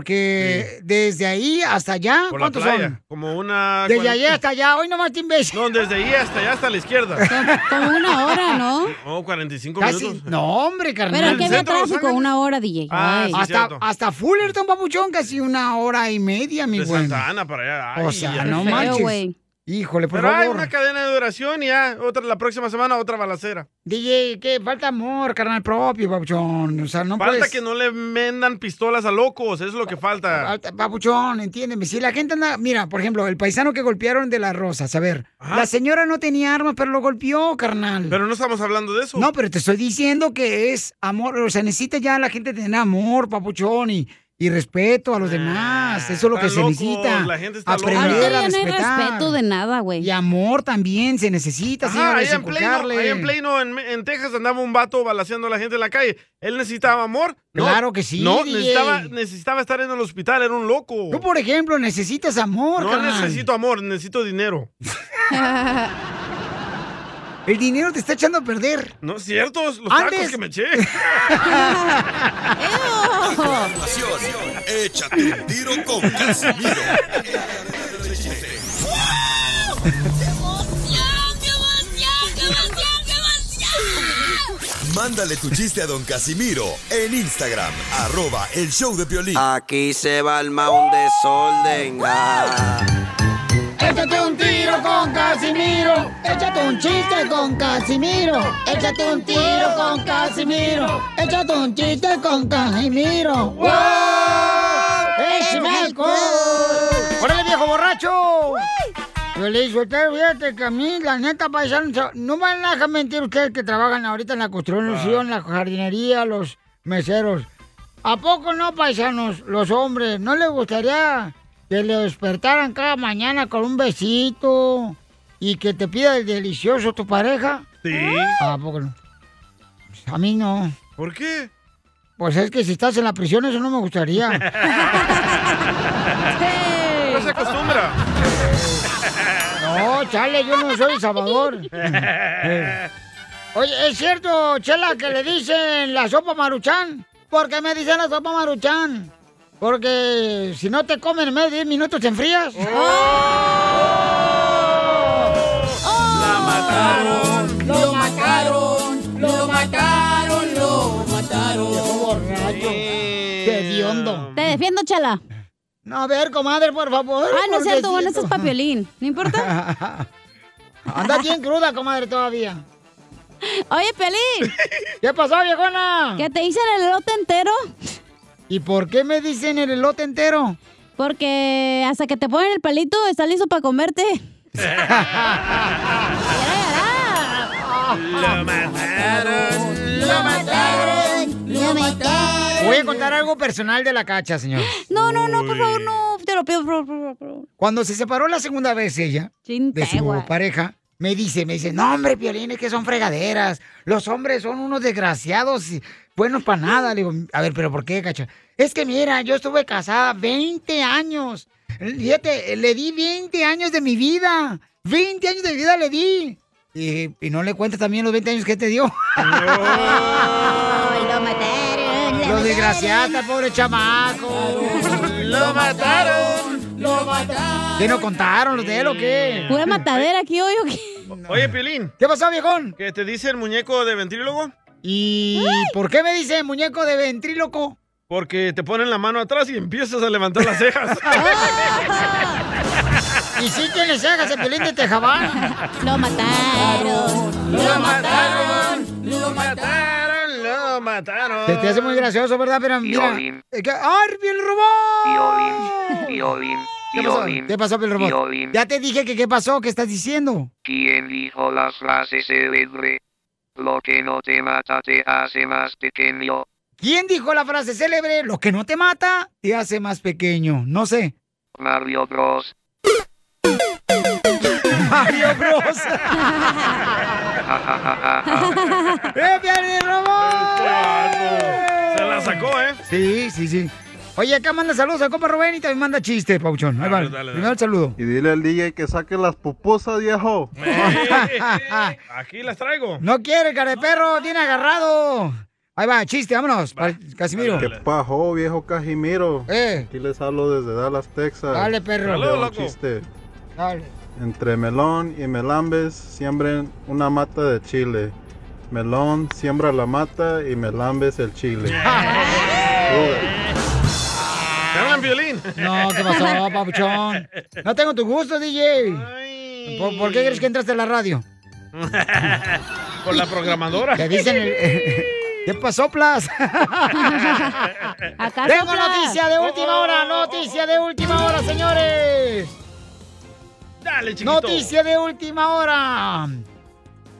Speaker 1: Porque desde ahí hasta allá,
Speaker 4: Por la
Speaker 1: ¿cuántos
Speaker 4: playa,
Speaker 1: son?
Speaker 4: Como una...
Speaker 1: Desde
Speaker 4: cuan-
Speaker 1: allá hasta allá, hoy nomás te imbécil.
Speaker 4: No, desde ahí hasta allá, hasta la izquierda. Oh,
Speaker 2: Como una hora, ¿no?
Speaker 4: No, 45
Speaker 1: Casi-
Speaker 4: minutos.
Speaker 1: No, hombre, carnal.
Speaker 2: Pero aquí había tráfico, una hora, DJ.
Speaker 4: Ah,
Speaker 2: Ay.
Speaker 4: sí,
Speaker 1: hasta,
Speaker 4: cierto.
Speaker 1: hasta Fullerton, papuchón, casi una hora y media, mi
Speaker 4: De
Speaker 1: güey.
Speaker 4: Santa Ana para allá.
Speaker 1: O
Speaker 4: Ay,
Speaker 1: sea,
Speaker 4: ya.
Speaker 1: no manches. Híjole, por
Speaker 4: Pero hay
Speaker 1: favor.
Speaker 4: una cadena de duración y ya, otra, la próxima semana otra balacera.
Speaker 1: DJ, que falta amor, carnal propio, papuchón. O sea, no
Speaker 4: falta
Speaker 1: puedes-
Speaker 4: que no le vendan pistolas a locos, es lo que falta.
Speaker 1: Pues, Falta- Papuchón, entiéndeme. Si la gente anda. Mira, por ejemplo, el paisano que golpearon de las rosas. A ver, la señora no tenía armas, pero lo golpeó, carnal.
Speaker 4: Pero no estamos hablando de eso.
Speaker 1: No, pero te estoy diciendo que es amor. O sea, necesita ya la gente tener amor, papuchón, y, y respeto a los demás. Eso es lo que
Speaker 4: están
Speaker 1: se
Speaker 4: locos,
Speaker 1: necesita.
Speaker 4: Ah, la gente está loca.
Speaker 1: Aprender
Speaker 4: Ahorita
Speaker 1: a
Speaker 4: ya no hay
Speaker 1: respetar.
Speaker 4: respeto
Speaker 1: de nada, güey. Y amor también se necesita,
Speaker 4: Ajá,
Speaker 1: señores,
Speaker 4: allá en Plano,
Speaker 1: inculcarle.
Speaker 4: allá en Plano, en, en Texas andaba un vato balaseando a la gente en la calle. Él necesitaba amor. No,
Speaker 1: Claro que sí,
Speaker 4: No,
Speaker 1: DJ.
Speaker 4: necesitaba, necesitaba estar en el hospital, era un loco.
Speaker 1: Tú, por ejemplo, necesitas amor,
Speaker 4: No
Speaker 1: carnal.
Speaker 4: necesito amor, necesito dinero.
Speaker 1: El dinero te está echando a perder.
Speaker 4: No es cierto, los
Speaker 1: Antes-
Speaker 4: tacos que me eché.
Speaker 5: Pasión, échate un tiro con Casimiro. Mándale tu chiste a don Casimiro en Instagram, arroba el show de Piolín. Aquí se va el ah. mound de solden.
Speaker 1: Échate un tiro con Casimiro. Échate un chiste con Casimiro. Échate un tiro con Casimiro. Échate un chiste con Casimiro. ¡Wow! ¡Es ¡Órale, viejo borracho! Yo le dije, usted fíjate que a mí, la neta, paisano, se- no van a dejar mentir ustedes que trabajan ahorita en la construcción, la jardinería, los meseros. ¿A poco no, paisanos, los hombres? ¿No les gustaría que le despertaran cada mañana con un besito y que te pida el delicioso tu pareja?
Speaker 4: Sí.
Speaker 1: ¿A poco no? Pues a mí no.
Speaker 4: ¿Por qué?
Speaker 1: Pues es que si estás en la prisión, eso no me gustaría.
Speaker 4: No se acostumbra.
Speaker 1: No, chale, yo no soy Salvador. Oye, ¿es cierto, Chela, que le dicen la sopa maruchan? ¿Por qué me dicen la sopa maruchan? Porque si no te comen en medio de 10 minutos te enfrías.
Speaker 12: Oh. La mataron.
Speaker 1: ¡Oh! Lo mataron.
Speaker 12: Lo mataron. Lo mataron.
Speaker 2: Te defiendo, chala.
Speaker 1: No, a ver, comadre, por favor.
Speaker 2: Ah, no es
Speaker 1: porque
Speaker 2: cierto, bueno,
Speaker 1: sí.
Speaker 2: ese es papiolín. ¿No importa?
Speaker 1: Anda bien cruda, comadre, todavía.
Speaker 2: Oye, Pelín.
Speaker 1: ¿Qué pasó, viejona?
Speaker 2: ¿Que te dicen el elote entero?
Speaker 1: ¿Y por qué me dicen el elote entero?
Speaker 2: Porque hasta que te ponen el palito, está listo para comerte.
Speaker 12: Lo mataron. Lo mataron. Lo mataron.
Speaker 1: Voy a contar algo personal de la cacha, señor.
Speaker 2: No, no, no, por favor, no. Te lo pido, por favor, por favor, por favor.
Speaker 1: Cuando se separó la segunda vez ella de su
Speaker 2: Chintegua.
Speaker 1: pareja, me dice, me dice, no hombre, violines que son fregaderas. Los hombres son unos desgraciados y buenos para nada. Le digo, a ver, pero ¿por qué, cacha? Es que mira, yo estuve casada 20 años. Fíjate, le di 20 años de mi vida. 20 años de vida le di. Y, y no le cuentas también los 20 años que te dio.
Speaker 2: lo mataron.
Speaker 1: Los desgraciados, pobre chamaco.
Speaker 12: Lo mataron. Lo mataron.
Speaker 1: ¿Qué no contaron los de él o qué?
Speaker 2: Pura matadera aquí hoy o qué.
Speaker 4: Oye, Piolín.
Speaker 1: ¿Qué pasó, viejón?
Speaker 4: ¿Qué te dice el muñeco de ventrílogo?
Speaker 1: ¿Y por qué me dice muñeco de ventríloco?
Speaker 4: Porque te ponen la mano atrás y empiezas a levantar las cejas.
Speaker 1: Y sí tiene cejas, el Piolín de Tejabán.
Speaker 2: Lo mataron.
Speaker 12: Lo
Speaker 4: mataron. Lo mataron. Lo mataron.
Speaker 1: Se te hace muy gracioso, ¿verdad? Pero mira.
Speaker 12: Piolín.
Speaker 1: es que- ¡Ay, el robot! ¿Qué pasó?
Speaker 12: Piolín.
Speaker 1: ¿Qué pasó, Piolín robot?
Speaker 12: Piolín.
Speaker 1: Ya te dije que qué pasó, qué estás diciendo.
Speaker 12: ¿Quién dijo la frase célebre? Lo que no te mata te hace más pequeño.
Speaker 1: ¿Quién dijo la frase célebre? Lo que no te mata, te hace más pequeño. No sé.
Speaker 12: Mario Bros.
Speaker 1: Mario Bros. ¡Eh, Piolín robot!
Speaker 4: Se la sacó, ¿eh?
Speaker 1: Sí, sí, sí. Oye, acá manda saludos al compa Rubén y también manda chiste, Pauchón. Ahí va. Primero el saludo.
Speaker 8: Y dile al DJ que saque las pupusas, viejo.
Speaker 4: Aquí las traigo.
Speaker 1: No quiere, cara de perro, tiene agarrado. Ahí va, chiste, vámonos, pa- Casimiro. Eh.
Speaker 8: ¿Qué pajo, viejo Cajimiro? Aquí les hablo desde Dallas, Texas.
Speaker 1: Dale, perro.
Speaker 8: Les
Speaker 1: Saludos,
Speaker 8: leo un
Speaker 1: loco.
Speaker 8: chiste.
Speaker 1: Dale.
Speaker 8: Entre melón y melambes siembren una mata de chile. Melón siembra la mata y melambes el chile.
Speaker 4: Carmen Violín.
Speaker 1: No, ¿qué pasó, papuchón? No tengo tu gusto, DJ. ¿Por, por qué crees que entraste a la radio?
Speaker 4: Por la programadora.
Speaker 1: Te dicen el... ¿Qué pasó, Plas?
Speaker 12: Acá
Speaker 1: Tengo
Speaker 12: sopla.
Speaker 1: noticia de última
Speaker 4: Oh.
Speaker 1: hora, noticia de última hora, señores.
Speaker 4: Dale, chiquito.
Speaker 1: Noticia de última hora.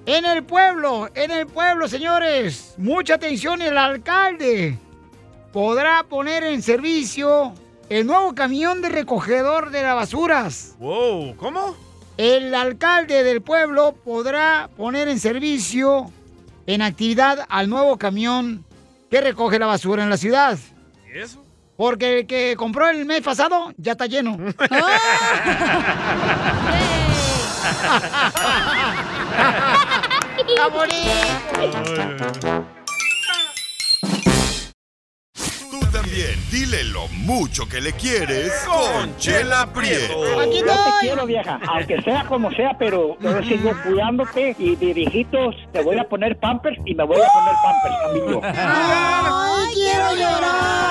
Speaker 1: En el pueblo, en el pueblo, señores, mucha atención, el alcalde podrá poner en servicio el nuevo camión de recogedor de las basuras.
Speaker 4: Wow, ¿cómo?
Speaker 1: El alcalde del pueblo podrá poner en servicio, en actividad, al nuevo camión que recoge la basura en la ciudad.
Speaker 4: ¿Y eso?
Speaker 1: Porque el que compró el mes pasado ya está lleno. ¡Ah! ¡Está
Speaker 5: Tú también, dile lo mucho que le quieres con Chela Prieto.
Speaker 3: Yo te quiero, vieja, aunque sea como sea, pero yo sigo cuidándote y de viejitos te voy a poner pampers y me voy a poner pampers también yo.
Speaker 1: ¡Ay, quiero llorar!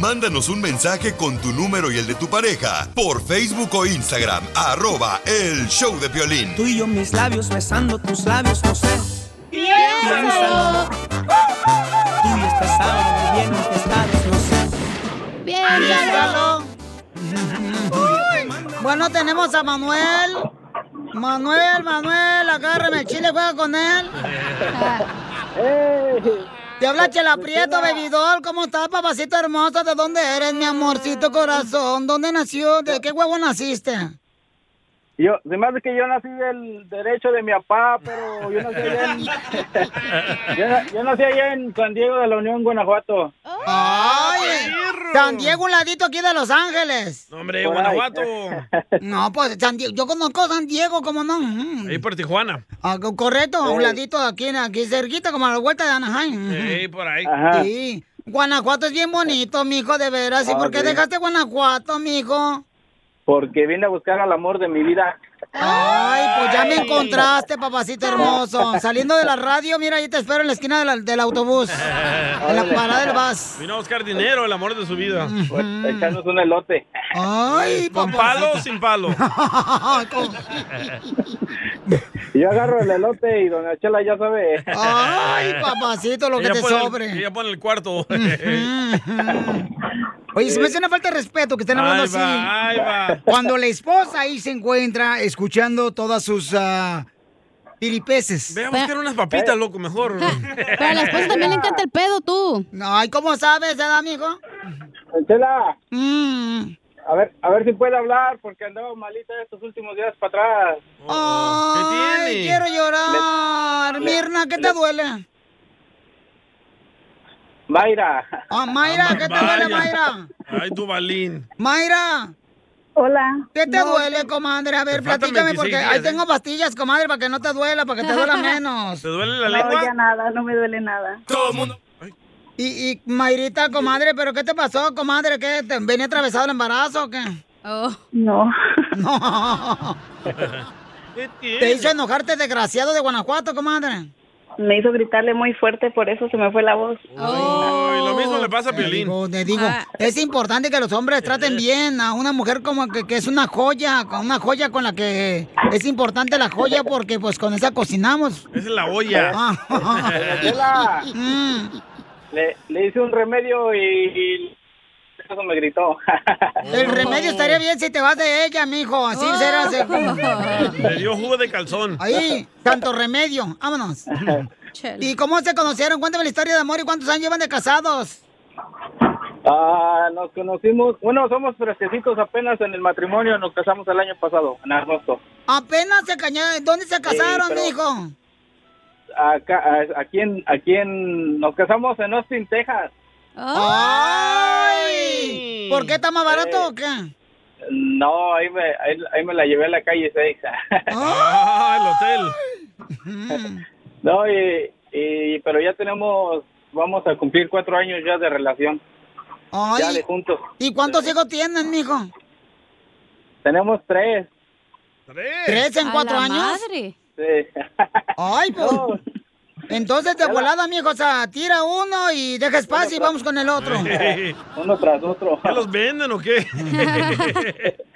Speaker 5: Mándanos un mensaje con tu número y el de tu pareja por Facebook o Instagram, arroba el show de violín.
Speaker 12: Tú y yo mis labios besando tus labios, no sé. Piénsalo. Tú y estás ahora muy bien contestados, no sé.
Speaker 1: Piénsalo. Bueno, tenemos a Manuel. Manuel, Manuel, agárrame el chile, juega con él. Te habla Chela Prieto, bebidor. ¿Cómo estás, papacito hermoso? ¿De dónde eres, mi amorcito corazón? ¿Dónde nació? ¿De qué huevo naciste?
Speaker 23: Yo, se me hace que yo nací del derecho de mi papá, pero yo nací allá en, yo, na- yo nací allá en San Diego de la Unión, Guanajuato.
Speaker 1: ¡Ay! San Diego, un ladito aquí de Los Ángeles.
Speaker 4: Hombre,
Speaker 23: Por ahí.
Speaker 4: Guanajuato.
Speaker 1: No, pues San Diego, yo conozco San Diego, ¿cómo no? Mm.
Speaker 4: Ahí por Tijuana.
Speaker 1: Ah, co- correcto, a un
Speaker 4: Sí.
Speaker 1: ladito de aquí, aquí cerquita, como a la vuelta de Anaheim.
Speaker 4: Pues. Sí, por ahí.
Speaker 1: Sí. Guanajuato es bien bonito, mijo, de veras. ¿Y
Speaker 23: Ah,
Speaker 1: por qué
Speaker 23: sí.
Speaker 1: dejaste Guanajuato, mijo?
Speaker 23: Porque vine a buscar al amor de mi vida.
Speaker 1: Ay, pues ya me encontraste, papacito hermoso. Saliendo de la radio, mira, ahí te espero en la esquina de la- del autobús. En la parada del bus.
Speaker 4: Vino a buscar dinero, el amor de su vida.
Speaker 23: Pues, Echarnos un elote.
Speaker 1: Ay,
Speaker 4: ¿Con palo o sin palo?
Speaker 23: Yo agarro el elote y doña Chela ya sabe.
Speaker 1: Ay, papacito, lo que
Speaker 4: Ella
Speaker 1: te
Speaker 4: pone el-
Speaker 1: sobre.
Speaker 4: Ella pone el cuarto.
Speaker 1: Oye, se me hace una falta de respeto que estén hablando
Speaker 4: Ahí
Speaker 1: así.
Speaker 4: va, ahí va.
Speaker 1: Cuando la esposa ahí se encuentra escuchando todas sus ah, piripeces.
Speaker 4: Ve a buscar unas papitas, loco, mejor.
Speaker 2: Pero a la esposa también le encanta el pedo, tú.
Speaker 1: No, ay, ¿cómo sabes, edad, mijo?
Speaker 23: Chela.
Speaker 1: A
Speaker 23: ver, a ver si puede hablar, porque andaba malita estos últimos días para atrás.
Speaker 1: Ay, quiero llorar.
Speaker 23: Le-
Speaker 1: Ah, Mirna, ¿qué te duele?
Speaker 23: Mayra.
Speaker 1: Ah, Mayra, ¿qué te duele, Mayra?
Speaker 4: Ay, tu balín.
Speaker 1: Mayra.
Speaker 14: Hola.
Speaker 1: ¿Qué te
Speaker 4: No,
Speaker 1: duele, comadre? A ver,
Speaker 4: Te faltan
Speaker 1: platícame
Speaker 4: 26
Speaker 1: porque
Speaker 4: días,
Speaker 1: ahí
Speaker 4: ¿eh?
Speaker 1: tengo pastillas, comadre, para que no te duela, para que te duela menos.
Speaker 4: ¿Te duele la lengua?
Speaker 14: No, ya nada, no me duele nada.
Speaker 4: Todo el mundo.
Speaker 1: Y, y Mayrita, comadre, ¿pero qué te pasó, comadre? ¿Qué? ¿Te venía atravesado el embarazo o qué?
Speaker 14: Oh. No.
Speaker 1: No. ¿Te hizo enojarte, desgraciado de Guanajuato, comadre?
Speaker 6: me hizo gritarle muy fuerte, por eso se me fue la voz.
Speaker 4: Uy, lo mismo le pasa a Piolín.
Speaker 1: Te digo, es importante que los hombres traten bien a una mujer como que, que es una joya, con una joya con la que es importante la joya porque pues con esa cocinamos.
Speaker 4: Esa es la olla.
Speaker 1: Ah.
Speaker 23: Le, le hice un remedio y, y eso me gritó.
Speaker 1: El remedio estaría bien si te vas de ella, mijo. Así serás. eh.
Speaker 4: Le dio jugo de calzón.
Speaker 1: Ahí, tanto remedio. Vámonos. ¿Y cómo se conocieron? Cuéntame la historia de amor y cuántos años llevan de casados.
Speaker 23: Ah, nos conocimos, bueno, somos fresquecitos apenas en el matrimonio, nos casamos el año pasado, en agosto.
Speaker 1: Apenas se cañaron. ¿Dónde se casaron,
Speaker 23: pero-
Speaker 1: mijo?
Speaker 23: Acá, a- aquí en, aquí en, nos casamos en Austin, Texas.
Speaker 1: ¡Ay! ¿Por qué está más barato o qué?
Speaker 23: No, ahí me, ahí, ahí me la llevé a la calle 6.
Speaker 4: Ah, el hotel.
Speaker 23: No, y, y- pero ya tenemos, vamos a cumplir cuatro años ya de relación.
Speaker 1: Ay.
Speaker 23: Ya de juntos.
Speaker 1: ¿Y cuántos hijos tienen, mijo?
Speaker 23: Tenemos tres.
Speaker 1: ¿Tres en
Speaker 23: A
Speaker 1: cuatro
Speaker 23: la Oh.
Speaker 1: años?
Speaker 23: Sí.
Speaker 1: Ay, pues. Entonces, de volada, mijo, o sea, tira uno y deja espacio y vamos con el otro.
Speaker 23: Uno tras otro.
Speaker 4: ¿Ya los venden o qué?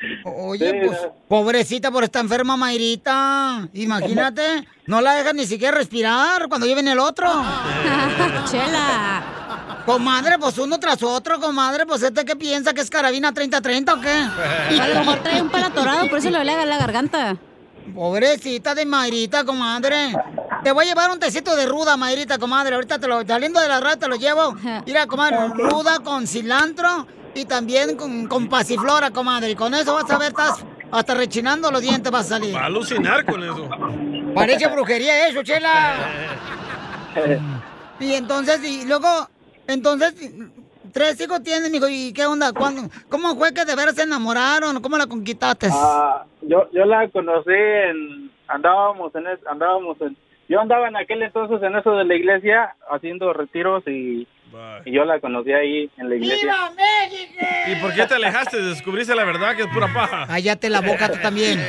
Speaker 1: Oye, pues, pobrecita por esta enferma Mayrita. Imagínate, no la dejan ni siquiera respirar cuando lleven el otro. Chela. Comadre, pues uno tras otro, comadre, pues este que piensa que es carabina 30-30 o qué?
Speaker 2: A lo mejor trae un palo atorado, por eso le duele la garganta.
Speaker 1: Pobrecita de Mayrita, comadre. Te voy a llevar un tecito de ruda, Mayrita, comadre. Ahorita te lo, saliendo de la rata te lo llevo. Mira, comadre, ruda con cilantro y también con, con pasiflora, comadre. Y con eso vas a ver, estás hasta rechinando los dientes vas a salir.
Speaker 4: Va a alucinar con eso.
Speaker 1: Parece brujería eso, chela. Y entonces, y luego, entonces, tres hijos tienen, mijo, ¿y qué onda? ¿Cuándo- ¿Cómo fue que de veras se enamoraron? ¿Cómo la conquistaste?
Speaker 23: Ah, yo, yo la conocí en, andábamos en, es- andábamos en, yo andaba en aquel entonces en eso de la iglesia haciendo retiros y, y yo la conocí ahí en la iglesia.
Speaker 4: ¿Y por qué te alejaste? Descubriste la verdad que es pura paja.
Speaker 1: Cállate la boca tú también.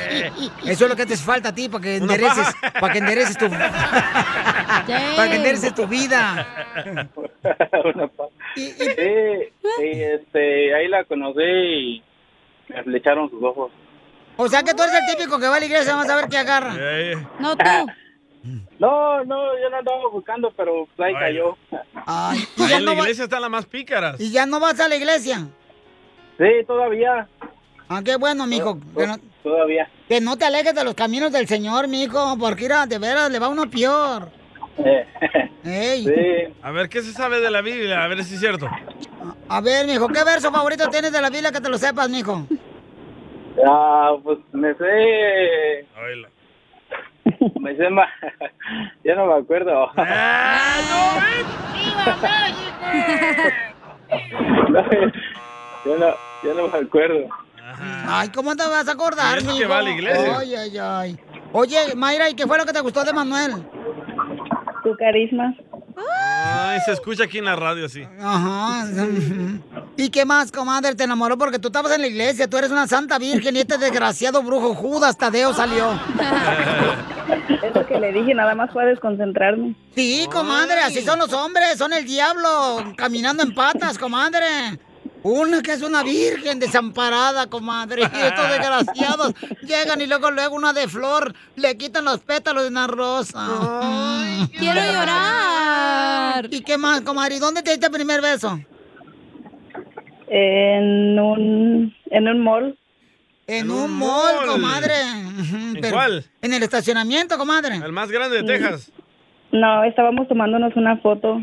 Speaker 1: Eso es lo que te falta a ti para que
Speaker 4: Una
Speaker 1: endereces,
Speaker 4: paja.
Speaker 1: para que endereces tu para que endereces tu vida.
Speaker 23: Una pa- sí, sí, este, ahí la conocí y me flecharon sus ojos.
Speaker 1: O sea que tú eres el típico que va a la iglesia, vamos a ver qué agarra. No tú.
Speaker 23: No, no, yo no andaba buscando, pero pues, ahí cayó.
Speaker 4: Ahí en la iglesia están las más pícaras.
Speaker 1: ¿Y ya no vas a la iglesia?
Speaker 23: Sí, todavía. Oh,
Speaker 1: Ah, qué bueno, mijo. Que no,
Speaker 23: Todavía.
Speaker 1: que no te alejes de los caminos del Señor, mijo, porque mira, de veras le va uno peor.
Speaker 23: Eh.
Speaker 1: Ey.
Speaker 4: A ver, ¿qué se sabe de la Biblia? A ver si es cierto.
Speaker 1: A ver, mijo, ¿qué verso favorito tienes de la Biblia que te lo sepas, mijo?
Speaker 23: Ah, pues me sé. Me sé más. ya no me acuerdo. yo, no, yo no me acuerdo.
Speaker 1: Ay, ¿cómo te vas a acordar,
Speaker 23: Y eso
Speaker 1: mijo?
Speaker 23: que va a la iglesia.
Speaker 1: Ay, ay, ay. Oye, Mayra, ¿y qué fue lo que te gustó de Manuel?
Speaker 6: Tu carisma.
Speaker 4: Ay, se escucha aquí en la radio así.
Speaker 1: Ajá. ¿Y qué más, comadre? Te enamoró porque tú estabas en la iglesia, tú eres una santa virgen y este desgraciado brujo Judas Tadeo salió.
Speaker 6: Es lo que le dije, nada más fue a desconcentrarme.
Speaker 1: Sí, comadre, así son los hombres, son el diablo caminando en patas, comadre. Una que es una virgen desamparada, comadre. Y estos desgraciados llegan y luego, luego una de flor le quitan los pétalos de una rosa.
Speaker 2: quiero llorar.
Speaker 1: ¿Y qué más, comadre? ¿Y dónde te diste el primer beso?
Speaker 6: En un, en un mall.
Speaker 1: En un mall, comadre.
Speaker 4: ¿En
Speaker 1: Pero-
Speaker 4: cuál?
Speaker 1: En el estacionamiento, comadre. El
Speaker 4: más grande de Texas.
Speaker 6: No, estábamos tomándonos una foto.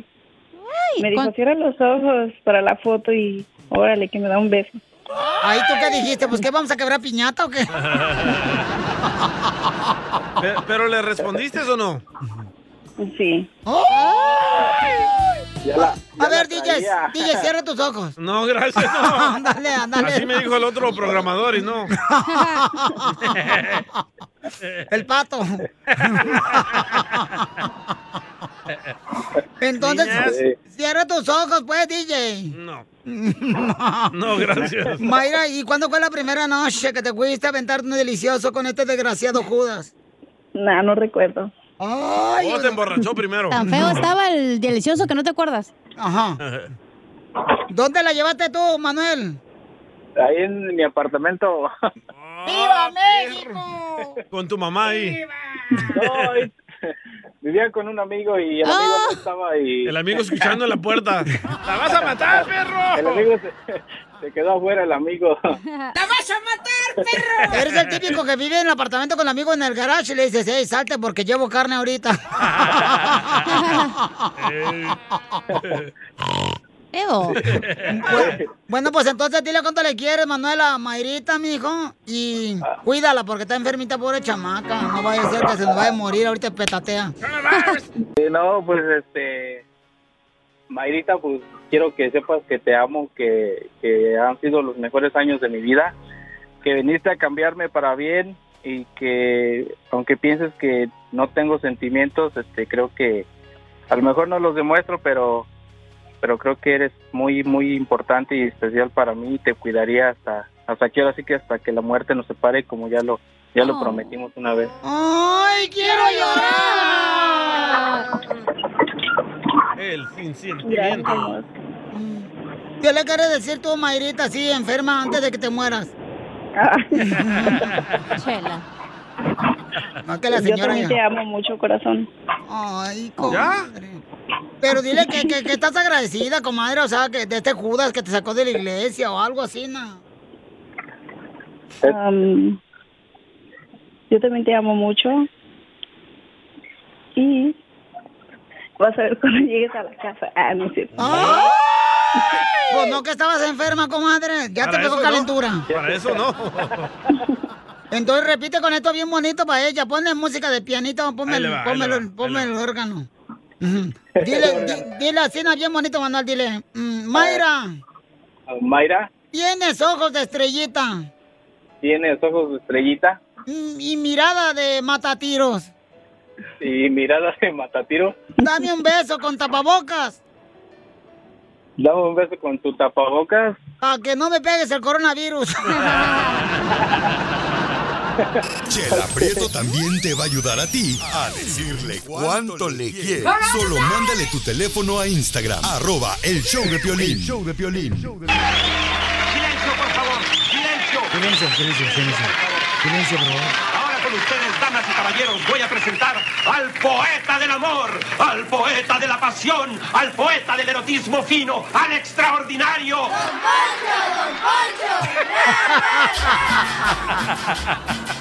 Speaker 6: me dijo, cierra los ojos para la foto y órale, que me da un beso.
Speaker 1: Ahí tú qué dijiste, pues qué vamos a quebrar piñata o qué?
Speaker 4: Pe- ¿Pero le respondiste o no?
Speaker 6: Sí.
Speaker 1: ¡Oh!
Speaker 4: Ya la-
Speaker 1: a ver, DJ, DJ, cierra tus ojos.
Speaker 4: No, gracias. No.
Speaker 1: Ándale, ándale.
Speaker 4: Así me dijo el otro programador y no.
Speaker 1: El pato. Entonces,
Speaker 4: Niñas.
Speaker 1: cierra tus ojos, pues, DJ.
Speaker 4: No. No, gracias.
Speaker 1: Mayra, ¿y cuándo fue la primera noche que te fuiste a aventarte un delicioso con este desgraciado Judas?
Speaker 6: Nada, no recuerdo.
Speaker 1: Ay,
Speaker 4: ¿Cómo Oh, te emborrachó primero?
Speaker 2: Tan feo estaba el delicioso que no te acuerdas.
Speaker 1: Ajá. ¿Dónde la llevaste tú, Manuel?
Speaker 23: Ahí en mi apartamento.
Speaker 1: ¡Viva México!
Speaker 4: Con tu mamá ahí.
Speaker 23: No, ahí- vivía con un amigo y el amigo no estaba y...
Speaker 4: El amigo escuchando en la puerta. ¡La vas a matar, ¡Ah, perro!
Speaker 23: El amigo se, se quedó afuera, el amigo.
Speaker 1: ¡La vas a matar, perro! Eres el típico que vive en el apartamento con el amigo en el garage y le dices, ¡Ey, salte porque llevo carne ahorita!
Speaker 2: Evo.
Speaker 1: bueno, pues entonces dile cuánto le quieres, Manuela, a Mayrita, mijo. Y cuídala porque está enfermita, pobre chamaca. No vaya a ser que se nos vaya a morir, ahorita petatea.
Speaker 23: Sí, no, pues este. Mayrita, pues quiero que sepas que te amo, que, que han sido los mejores años de mi vida, que viniste a cambiarme para bien y que, aunque pienses que no tengo sentimientos, este, creo que a lo mejor no los demuestro, pero, pero creo que eres muy, muy importante y especial para mí y te cuidaría hasta, hasta que ahora sí que hasta que la muerte nos separe, como ya lo, ya lo
Speaker 1: Oh.
Speaker 23: prometimos una vez.
Speaker 1: ¡Ay, quiero llorar!
Speaker 4: El sin sentimiento.
Speaker 1: ¿Qué le quieres decir tú, Mayrita, así enferma antes de que te mueras?
Speaker 2: Chela.
Speaker 1: No, que la
Speaker 6: Yo
Speaker 1: señora
Speaker 6: también
Speaker 1: ya.
Speaker 6: te amo mucho, corazón.
Speaker 1: Ay, comadre. Pero dile que, que- que estás agradecida, comadre, o sea, que de este Judas que te sacó de la iglesia o algo así, ¿no?
Speaker 6: Am, yo también te amo mucho. Y vas a ver cuando llegues a la casa. Ah, no es cierto.
Speaker 1: Pues no que estabas enferma, comadre. Ya te
Speaker 6: Para
Speaker 1: pegó
Speaker 6: eso no.
Speaker 1: calentura.
Speaker 4: Para eso no.
Speaker 1: Entonces repite con esto bien bonito para ella. Ponle música de pianito, ponme,
Speaker 4: Ahí le
Speaker 1: el-
Speaker 4: va,
Speaker 1: ponme
Speaker 4: ahí le
Speaker 1: el-
Speaker 4: va, ahí
Speaker 1: ponme
Speaker 4: le
Speaker 1: el órgano. Ujú. Dile, di- dile así, no, bien bonito, Manuel, dile. mm, Mayra,
Speaker 23: Mayra,
Speaker 1: tienes ojos de estrellita
Speaker 23: tienes ojos de estrellita.
Speaker 1: mm, y mirada de matatiros.
Speaker 23: y mirada de matatiro.
Speaker 1: Dame un beso con tapabocas
Speaker 23: Dame un beso con tu tapabocas.
Speaker 1: para que no me pegues el coronavirus.
Speaker 5: Chela Prieto también te va a ayudar a ti a decirle cuánto le quieres. Solo mándale tu teléfono a Instagram, arroba el show de Piolín. show de
Speaker 21: Silencio, por favor. Silencio.
Speaker 1: Silencio, silencio, silencio. Silencio, por favor.
Speaker 21: Ahora con ustedes, damas y caballeros, voy a presentar al poeta del amor, al poeta de la pasión, al poeta del erotismo fino, al extraordinario. ¡Don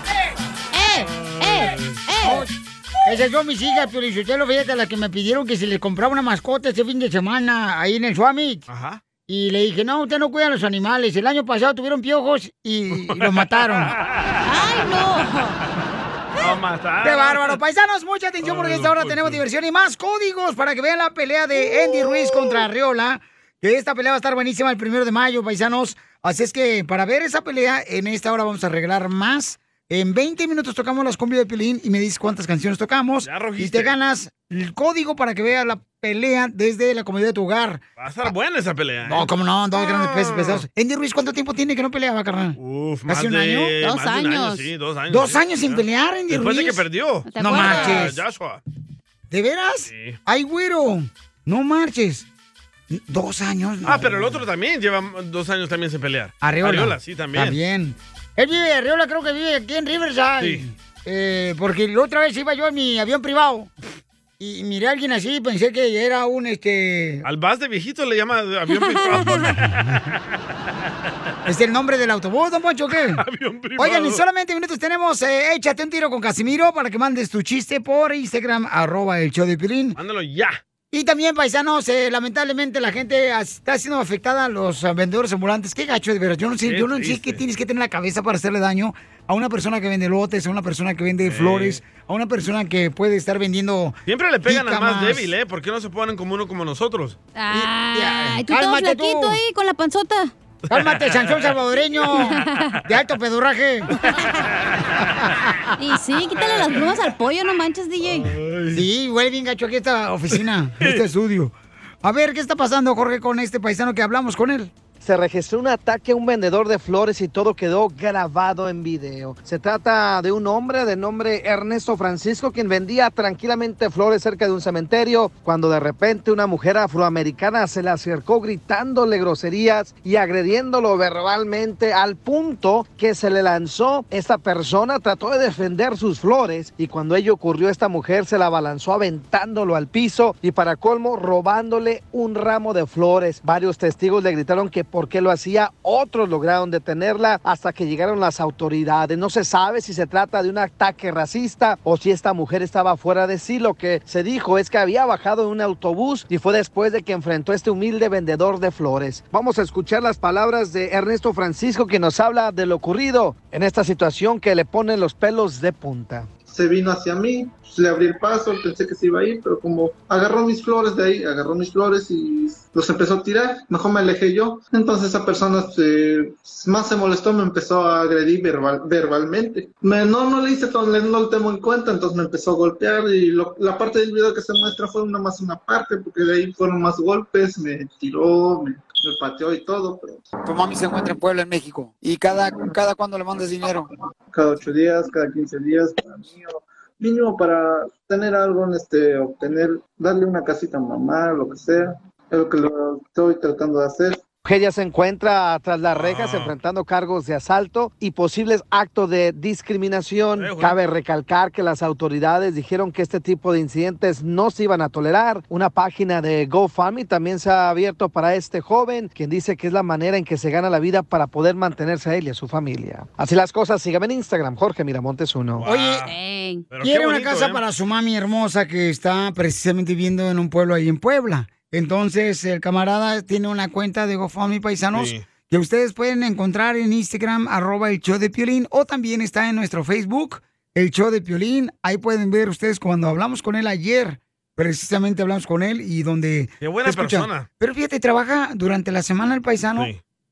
Speaker 1: ¡Eh! ¡Eh! ¡Eh! Esas son mis hijas, pero usted lo fíjate, las que me pidieron que si les compraba una mascota este fin de semana ahí en el Suamit.
Speaker 4: Ajá.
Speaker 1: Y le dije, no, usted no cuida a los animales. El año pasado tuvieron piojos y, y los mataron. ¡Ay, no!
Speaker 4: No matar.
Speaker 21: Ah.
Speaker 1: ¡Qué bárbaro! Paisanos, mucha atención porque esta hora tenemos diversión y más códigos para que vean la pelea de Andy Ruiz contra Arreola. Que esta pelea va a estar buenísima el primero de mayo, paisanos. Así es que para ver esa pelea, en esta hora vamos a arreglar más. En 20 minutos tocamos las cumbia de Pilín y me dices cuántas canciones tocamos. Y te ganas el código para que veas la pelea desde la comodidad de tu hogar.
Speaker 4: Va a estar buena esa pelea. ¿eh?
Speaker 1: No, como no, dos grandes pesos pesados. Andy Ruiz, ¿cuánto tiempo tiene que no peleaba, carnal?
Speaker 4: Uf,
Speaker 1: ¿Casi
Speaker 4: más
Speaker 1: un
Speaker 4: de-
Speaker 1: año?
Speaker 4: más de un año, sí, dos años,
Speaker 1: Dos
Speaker 4: sí.
Speaker 1: años sin pelear, Andy
Speaker 4: Después de
Speaker 1: Ruiz.
Speaker 4: que perdió.
Speaker 1: No marches.
Speaker 4: Ah, Joshua.
Speaker 1: ¿De veras? Ay, güero. No marches. Dos años. no.
Speaker 4: Ah, pero el otro también lleva dos años también sin pelear.
Speaker 1: Arreola.
Speaker 4: sí, también.
Speaker 1: También. Él vive, Arriola creo que vive aquí en Riverside.
Speaker 4: Sí.
Speaker 1: Eh, porque la otra vez iba yo en mi avión privado. Y miré a alguien así y pensé que era un este.
Speaker 4: Al bus de viejito le llama avión privado.
Speaker 1: ¿Es el nombre del autobús, don Poncho, o qué? Oigan, y solamente minutos tenemos eh, Échate un tiro con Casimiro para que mandes tu chiste por Instagram, arroba el show de Pilín.
Speaker 4: Mándalo ya.
Speaker 1: Y también, paisanos, eh, lamentablemente la gente as- está siendo afectada a los eh, vendedores ambulantes. Qué gacho, de veras. Yo no sé,
Speaker 4: Qué
Speaker 1: yo no sé
Speaker 4: triste.
Speaker 1: qué tienes que tener en la cabeza para hacerle daño a una persona que vende lotes, a una persona que vende flores, a una persona que puede estar vendiendo...
Speaker 4: Siempre le pegan al más
Speaker 1: jícamas.
Speaker 4: débil, ¿eh? ¿Por qué no se ponen como uno como nosotros?
Speaker 2: Ay, tú todo
Speaker 1: ah, cálmate tú.
Speaker 2: flaquito ahí con la panzota.
Speaker 1: Cálmate, Sansón salvadoreño, de alto pedurraje.
Speaker 2: Y sí, quítale las plumas al pollo, no manches, DJ.
Speaker 1: Sí, huele bien gacho aquí esta oficina, este estudio. A ver, ¿qué está pasando, Jorge, con este paisano que hablamos con él?
Speaker 7: se registró un ataque a un vendedor de flores y todo quedó grabado en video. Se trata de un hombre de nombre Ernesto Francisco quien vendía tranquilamente flores cerca de un cementerio cuando de repente una mujer afroamericana se le acercó gritándole groserías y agrediéndolo verbalmente al punto que se le lanzó. Esta persona trató de defender sus flores y cuando ello ocurrió esta mujer se la abalanzó aventándolo al piso y para colmo robándole un ramo de flores. Varios testigos le gritaron que por qué lo hacía, otros lograron detenerla hasta que llegaron las autoridades. No se sabe si se trata de un ataque racista o si esta mujer estaba fuera de sí. Lo que se dijo es que había bajado en un autobús y fue después de que enfrentó a este humilde vendedor de flores. Vamos a escuchar las palabras de Ernesto Francisco que nos habla de lo ocurrido en esta situación que le pone los pelos de punta.
Speaker 10: se vino hacia mí, pues, le abrí el paso, pensé que se iba a ir, pero como agarró mis flores de ahí, agarró mis flores y los empezó a tirar, mejor me alejé yo. Entonces esa persona se- más se molestó, me empezó a agredir verbal- verbalmente. Me- no, no le hice, todo, le- no lo tengo en cuenta, entonces me empezó a golpear y lo- la parte del video que se muestra fue una más una parte, porque de ahí fueron más golpes, me tiró, me, me pateó y todo, pero
Speaker 11: Tu mami se encuentra en Puebla, en México. ¿Y cada, cada cuándo le mandas dinero?
Speaker 10: cada ocho días, cada 15 días, para mí, o mínimo para tener algo, en este, obtener, darle una casita a mamá, lo que sea, es lo que lo estoy tratando de hacer.
Speaker 7: Ella se encuentra tras las rejas enfrentando cargos de asalto y posibles actos de discriminación. Cabe recalcar que las autoridades dijeron que este tipo de incidentes no se iban a tolerar. Una página de GoFundMe también se ha abierto para este joven, quien dice que es la manera en que se gana la vida para poder mantenerse a él y a su familia. Así las cosas, síganme en Instagram, Jorge Miramontes 1.
Speaker 2: Ah,
Speaker 1: Oye, quiere una
Speaker 4: ¿eh?
Speaker 2: ¿eh?
Speaker 1: casa para su mami hermosa que está precisamente viviendo en un pueblo ahí en Puebla. Entonces, el camarada tiene una cuenta de GoFundMe Paisanos
Speaker 4: Sí.
Speaker 1: que ustedes pueden encontrar en Instagram, arroba el show de Piolín, o también está en nuestro Facebook, el show de Piolín. Ahí pueden ver ustedes cuando hablamos con él ayer, precisamente hablamos con él y donde...
Speaker 4: Qué buena
Speaker 1: Escucha,
Speaker 4: persona.
Speaker 1: Pero fíjate, trabaja durante la semana el paisano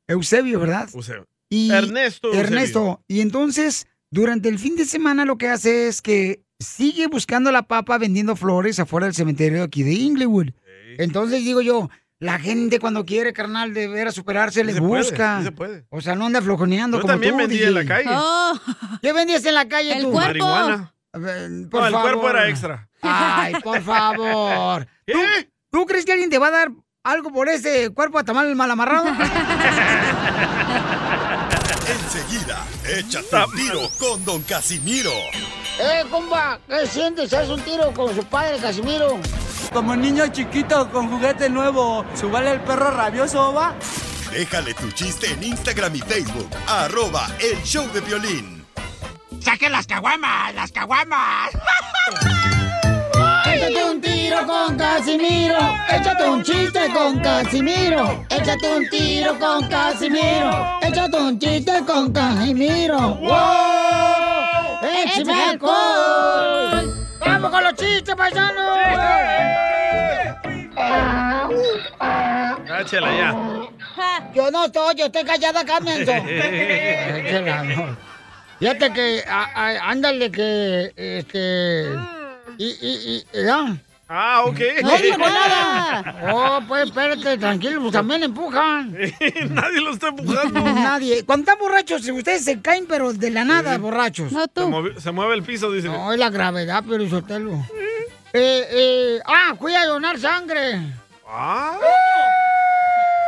Speaker 1: Eusebio, ¿verdad?
Speaker 4: Eusebio.
Speaker 1: Y
Speaker 4: Ernesto Eusebio.
Speaker 1: Ernesto. Y entonces, durante el fin de semana lo que hace es que sigue buscando a la papa vendiendo flores afuera del cementerio aquí de Inglewood. Entonces digo yo, la gente cuando quiere, carnal, de ver a superarse, le
Speaker 4: se puede,
Speaker 1: busca.
Speaker 4: sí se puede.
Speaker 1: O sea, no anda flojoneando
Speaker 4: Yo
Speaker 1: como
Speaker 4: también
Speaker 1: tú,
Speaker 4: vendí
Speaker 1: DJ.
Speaker 4: en la calle. Oh.
Speaker 1: ¿Qué vendías en la calle
Speaker 4: El
Speaker 1: tú?
Speaker 4: cuerpo. Marihuana.
Speaker 1: A ver, por
Speaker 4: No, el cuerpo
Speaker 1: favor.
Speaker 4: era extra.
Speaker 1: Ay, por favor. ¿Tú, tú crees que alguien te va a dar algo por ese cuerpo a tamal mal amarrado?
Speaker 5: Enseguida, échate un tiro con Don Casimiro.
Speaker 1: ¡Eh, compa! ¿Qué sientes? ¿Haz un tiro con su padre, Casimiro?
Speaker 12: Como niño chiquito con juguete nuevo, subale el perro rabioso, va.
Speaker 5: Déjale tu chiste en Instagram y Facebook, arroba el show de violín.
Speaker 12: ¡Saque las caguamas! ¡Las caguamas!
Speaker 1: Échate un tiro con Casimiro. Échate un chiste con Casimiro. Échate un tiro con Casimiro. Échate un chiste con Casimiro. ¡Wow!
Speaker 12: ¡Échame alcohol!
Speaker 1: ¡Vamos con los chistes, paisanos!
Speaker 4: Cáchela ya.
Speaker 1: Yo no estoy, yo estoy callada, Carmen. Ah, Fíjate que, a- a- ándale que, este, y, y, y, ¿ya?
Speaker 4: Ah, ok.
Speaker 1: No dijo nada. Oh, pues espérate, tranquilo, pues también empujan.
Speaker 4: Nadie lo está empujando.
Speaker 1: Nadie. Cuando están borrachos, ustedes se caen, pero de la nada, borrachos.
Speaker 4: Se, movi- se mueve el piso, dice.
Speaker 1: No, es la gravedad, pero Sotelo. Eh, eh, ah, fui a donar sangre.
Speaker 4: Ah.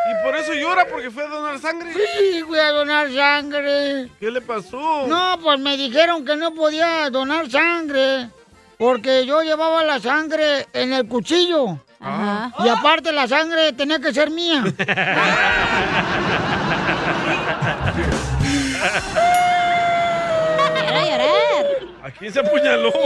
Speaker 4: Y por eso llora, porque fue a donar sangre.
Speaker 1: Sí, fui a donar sangre.
Speaker 4: ¿Qué le pasó?
Speaker 1: No, pues me dijeron que no podía donar sangre porque yo llevaba la sangre en el cuchillo. Y aparte la sangre tenía que ser mía.
Speaker 2: Quiero llorar.
Speaker 4: ¿A quién se apuñaló?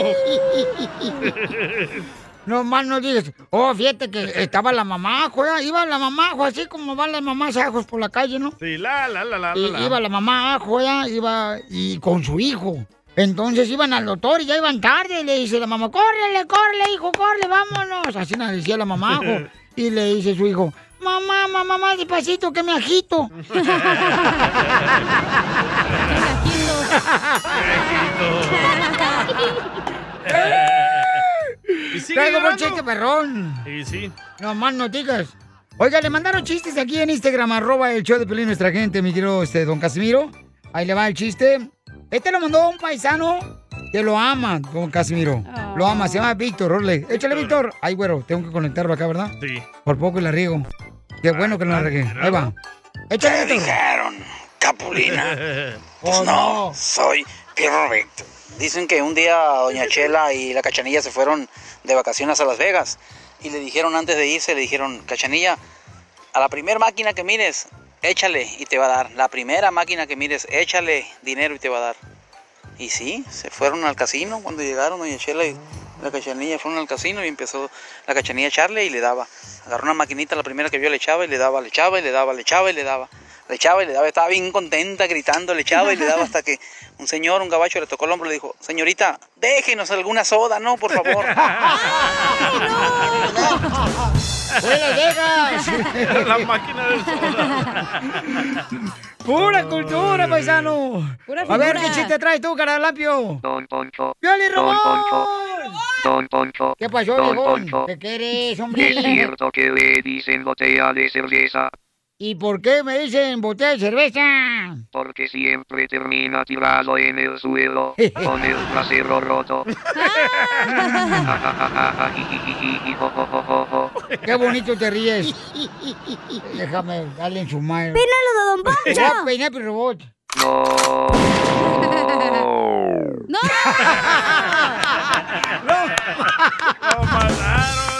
Speaker 1: No más no digas, oh, fíjate que estaba la mamá, juega, iba la mamá, jo, así como van las mamás ajos por la calle, ¿no?
Speaker 4: Sí, la, la, la, la,
Speaker 1: Y-
Speaker 4: la.
Speaker 1: iba la mamá ajo, ya, iba y con su hijo. Entonces iban al doctor y ya iban tarde. Y le dice la mamá, córrele, córrele, hijo, córrele, vámonos. Así nos decía la mamá ajo. Y le dice su hijo, mamá, mamá, mamá, despacito, que me agito.
Speaker 4: ¿Y sigue
Speaker 1: Traigo buen
Speaker 4: llorando?
Speaker 1: chiste, perrón.
Speaker 4: Sí, sí.
Speaker 1: No más no digas. Oiga, le mandaron chistes aquí en Instagram, arroba el show de Pelín nuestra gente, mi querido este, don Casimiro. Ahí le va el chiste. Este lo mandó un paisano que lo ama, don Casimiro. Lo ama, se llama Víctor, órale. Échale, Víctor. Ay, güero, tengo que conectarlo acá, ¿verdad?
Speaker 4: Sí.
Speaker 1: Por poco y la riego. Qué bueno que no la regué. Ahí va. Échale,
Speaker 13: Te
Speaker 1: Víctor.
Speaker 13: dijeron, Capulina. Pues
Speaker 1: Oh,
Speaker 13: no, soy Pierro Recto. Dicen que un día Doña Chela y la Cachanilla se fueron de vacaciones a Las Vegas y le dijeron antes de irse, le dijeron, Cachanilla, a la primera máquina que mires, échale y te va a dar. La primera máquina que mires, échale dinero y te va a dar. Y sí, se fueron al casino cuando llegaron Doña Chela y la Cachanilla fueron al casino y empezó la Cachanilla a echarle y le daba. Agarró una maquinita, la primera que vio le echaba y le daba, le echaba y le daba, le echaba y le daba. Le echaba y le daba, estaba bien contenta gritando, le echaba y le daba hasta que un señor, un gabacho, le tocó el hombro y le dijo, señorita, déjenos alguna soda, ¿no? Por favor.
Speaker 1: ¡Buenas Vegas!
Speaker 4: La máquina del soda.
Speaker 1: ¡Pura cultura, paisano!
Speaker 4: Pura
Speaker 1: A ver,
Speaker 4: figura.
Speaker 1: ¿qué chiste traes tú, caralapio?
Speaker 24: Don Poncho.
Speaker 1: ¡Pioli
Speaker 24: Don Poncho. Don Poncho.
Speaker 1: ¿Qué pasó,
Speaker 24: Don
Speaker 1: viejón?
Speaker 24: Poncho.
Speaker 1: ¿Qué quieres,
Speaker 24: Es
Speaker 1: hombre?
Speaker 24: cierto que le dicen botella de cerveza
Speaker 1: ¿Y por qué me dicen botella de cerveza?
Speaker 24: porque siempre termina tirado en el suelo con el trasero roto. Ah.
Speaker 1: ¡Qué bonito te ríes! Déjame darle en su mano.
Speaker 24: ¡Peínalo, don Poncho!
Speaker 1: Voy a peinar mi robot.
Speaker 24: No.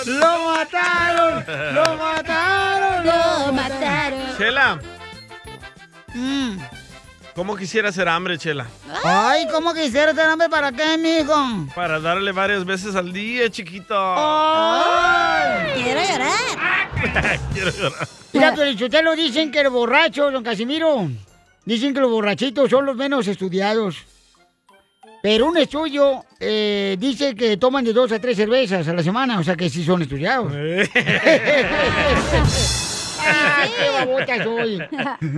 Speaker 1: ¡Lo mataron! ¡Lo mataron!
Speaker 2: Lo mataron.
Speaker 4: Chela.
Speaker 2: Mm.
Speaker 4: ¿Cómo quisiera hacer hambre, Chela?
Speaker 1: Ay, ¿cómo quisiera tener hambre para qué, mijo?
Speaker 4: Para darle varias veces al día, chiquito.
Speaker 1: Quiero llorar.
Speaker 4: Quiero llorar.
Speaker 1: Mira,
Speaker 4: Pues-
Speaker 1: pero ustedes lo dicen que los borrachos, don Casimiro, dicen que los borrachitos son los menos estudiados. Pero un estudio eh, dice que toman de dos a tres cervezas a la semana, o sea que sí son estudiados.
Speaker 4: Eh.
Speaker 1: Ah, qué babota soy.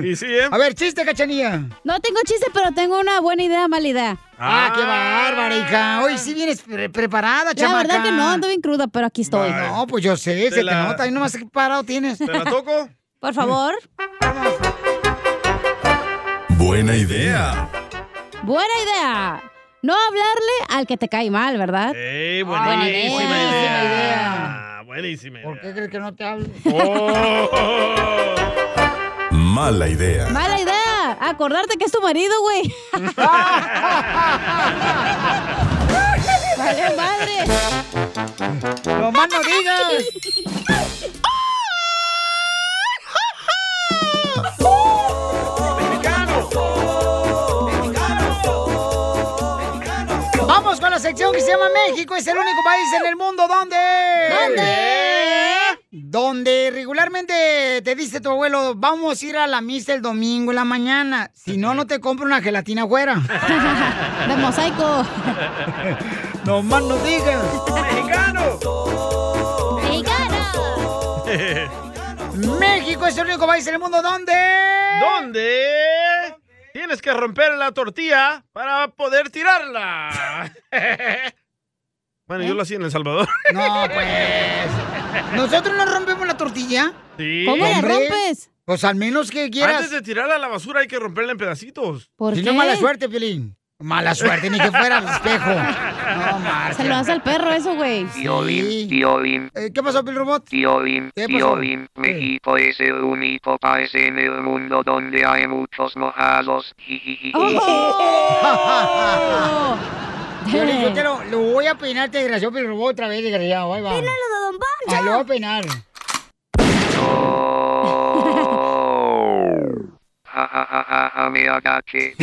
Speaker 4: ¿Y sí, eh?
Speaker 1: A ver, chiste, cachanilla.
Speaker 2: No tengo chiste, pero tengo una buena idea, mala idea.
Speaker 1: Ah, qué bárbara, hija. Hoy sí vienes pre- preparada,
Speaker 2: La
Speaker 1: chamaca.
Speaker 2: verdad que no, ando bien cruda, pero aquí estoy.
Speaker 1: No, pues yo sé,
Speaker 2: Te
Speaker 1: se
Speaker 2: la-
Speaker 1: te nota. Ahí nomás parado tienes.
Speaker 2: ¿Te la toco? Por favor.
Speaker 5: Buena idea.
Speaker 2: Buena idea. No hablarle al que te cae mal, ¿verdad? Ah,
Speaker 4: ¡Ey,
Speaker 2: buena
Speaker 4: buenísima
Speaker 2: idea.
Speaker 4: idea! Buenísima idea. Oh.
Speaker 1: ¿Por qué crees que no te hablo?
Speaker 5: Mala idea.
Speaker 2: Mala idea. Acordarte que es tu marido, güey. vale, madre.
Speaker 1: ¡No más no digas! Vamos con la sección que se llama México. Es el único país en el mundo donde. ¿Dónde? Donde regularmente te dice tu abuelo, vamos a ir a la misa el domingo en la mañana. Si no, no te compro una gelatina güera.
Speaker 2: De mosaico.
Speaker 1: No más no digas.
Speaker 4: ¡Mexicano!
Speaker 1: México es el único país en el mundo donde.
Speaker 4: ¿Dónde? Tienes que romper la tortilla para poder tirarla. bueno, yo lo hacía en El Salvador.
Speaker 1: No, pues. ¿Nosotros no rompemos la tortilla?
Speaker 4: Sí.
Speaker 1: Hombre, Pues al menos que quieras.
Speaker 4: Antes de tirarla a la basura hay que romperla en pedacitos.
Speaker 1: si no, mala suerte, Piolín. Mala suerte, ni que fuera al espejo. No, Marcia.
Speaker 2: Se lo hace al perro eso, güey.
Speaker 24: Violín, violín,
Speaker 1: Eh, ¿Qué pasó, Pil Robot?
Speaker 24: violín,
Speaker 1: ¿Qué pasó?
Speaker 24: violín. México es el único país en el mundo donde hay muchos mojados.
Speaker 1: Piolín, yo te lo, lo voy a peinar, te desgraciado, Pil Robot, otra vez, desgraciado. Ahí va. Pínalo de Don Poncho. lo voy a peinar.
Speaker 24: Ja, ja, ja, ja, ja, me agaché.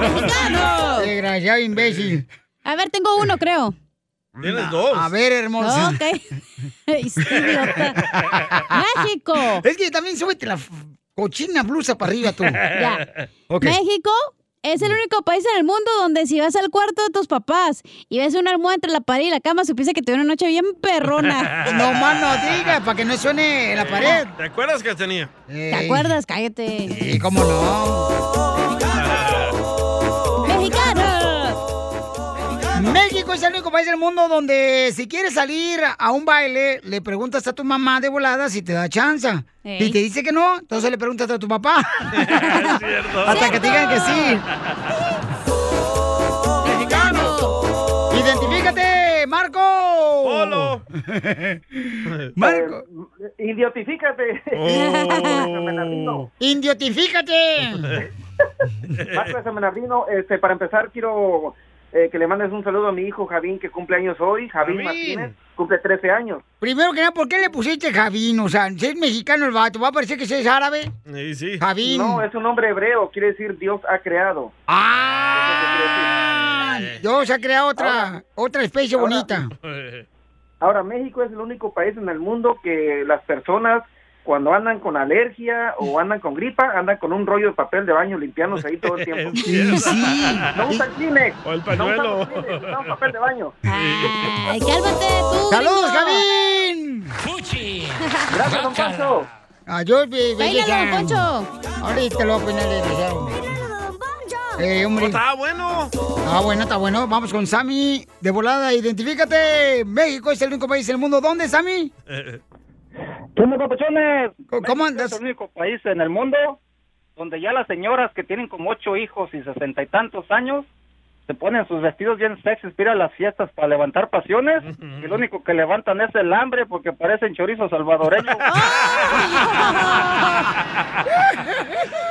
Speaker 2: ¡Mexicano!
Speaker 1: Desgraciado, imbécil.
Speaker 2: A ver, tengo uno, creo.
Speaker 4: Tienes dos.
Speaker 1: A ver, hermosa.
Speaker 2: Ok. Idiota. México.
Speaker 1: Es que también súbete la f- cochina blusa para arriba tú.
Speaker 2: Ya.
Speaker 1: Ok.
Speaker 2: México es el único país en el mundo donde si vas al cuarto de tus papás y ves una almohada entre la pared y la cama, supiste que tuvieron una noche bien perrona.
Speaker 1: No más no digas, para que no suene la pared.
Speaker 4: ¿Te acuerdas que tenía?
Speaker 2: ¿Te acuerdas? Cállate.
Speaker 1: Sí, cómo no.
Speaker 2: ¡Mexicano!
Speaker 1: México es el único país del mundo donde si quieres salir a un baile, le preguntas a tu mamá de volada si te da chance.
Speaker 21: Ey.
Speaker 1: Y te dice que no, entonces le preguntas a tu papá. Hasta que te digan que sí. ¡Identifícate, Marco! ¡Polo!
Speaker 19: Marco. Eh, idiotifícate.
Speaker 1: ¡Indiotifícate!
Speaker 19: Marco de San Bernardino, este, para empezar quiero eh, que le mandes un saludo a mi hijo Javín, que cumple años hoy. Javín,
Speaker 1: Javín.
Speaker 19: Martínez, cumple 13 años.
Speaker 1: Primero que nada, ¿por qué le pusiste Javín? O sea, si es mexicano el vato, ¿va a parecer que si es árabe?
Speaker 4: Sí, sí.
Speaker 1: Javín.
Speaker 19: No, es un nombre hebreo, quiere decir Dios ha creado.
Speaker 1: ¡Ah! Dios ha creado otra, otra especie
Speaker 19: ahora-
Speaker 1: bonita.
Speaker 19: Ahora, México es el único país en el mundo que las personas cuando andan con alergia
Speaker 1: Mm.
Speaker 19: o andan con gripa, andan con un rollo de papel de baño limpiándose ahí todo el tiempo.
Speaker 4: Sí, sí.
Speaker 19: No usan Kleenex.
Speaker 4: O el
Speaker 19: No
Speaker 4: pañuelo.
Speaker 19: usan Kleenex, usan papel de baño.
Speaker 21: Ay, cálmate tú.
Speaker 1: ¡Saludos,
Speaker 21: gringo.
Speaker 1: Javín!
Speaker 19: Gracias, don Poncho.
Speaker 1: Adiós, bebé.
Speaker 21: Báilalo, don
Speaker 1: Poncho! Ahorita te lo voy a poner el desgraciado. Eh, hombre.
Speaker 4: Está bueno.
Speaker 1: Está bueno, está bueno. Vamos con Sammy. De volada, identifícate. México es el único país del mundo. ¿Dónde, Sammy?
Speaker 23: ¿Qué onda, papachones?
Speaker 1: ¿Cómo
Speaker 23: andas? Es el único país en el mundo donde ya las señoras que tienen como ocho hijos y sesenta y tantos años se ponen sus vestidos bien sexys para ir a las fiestas para levantar pasiones y lo único que levantan es el hambre porque parecen chorizos salvadoreños.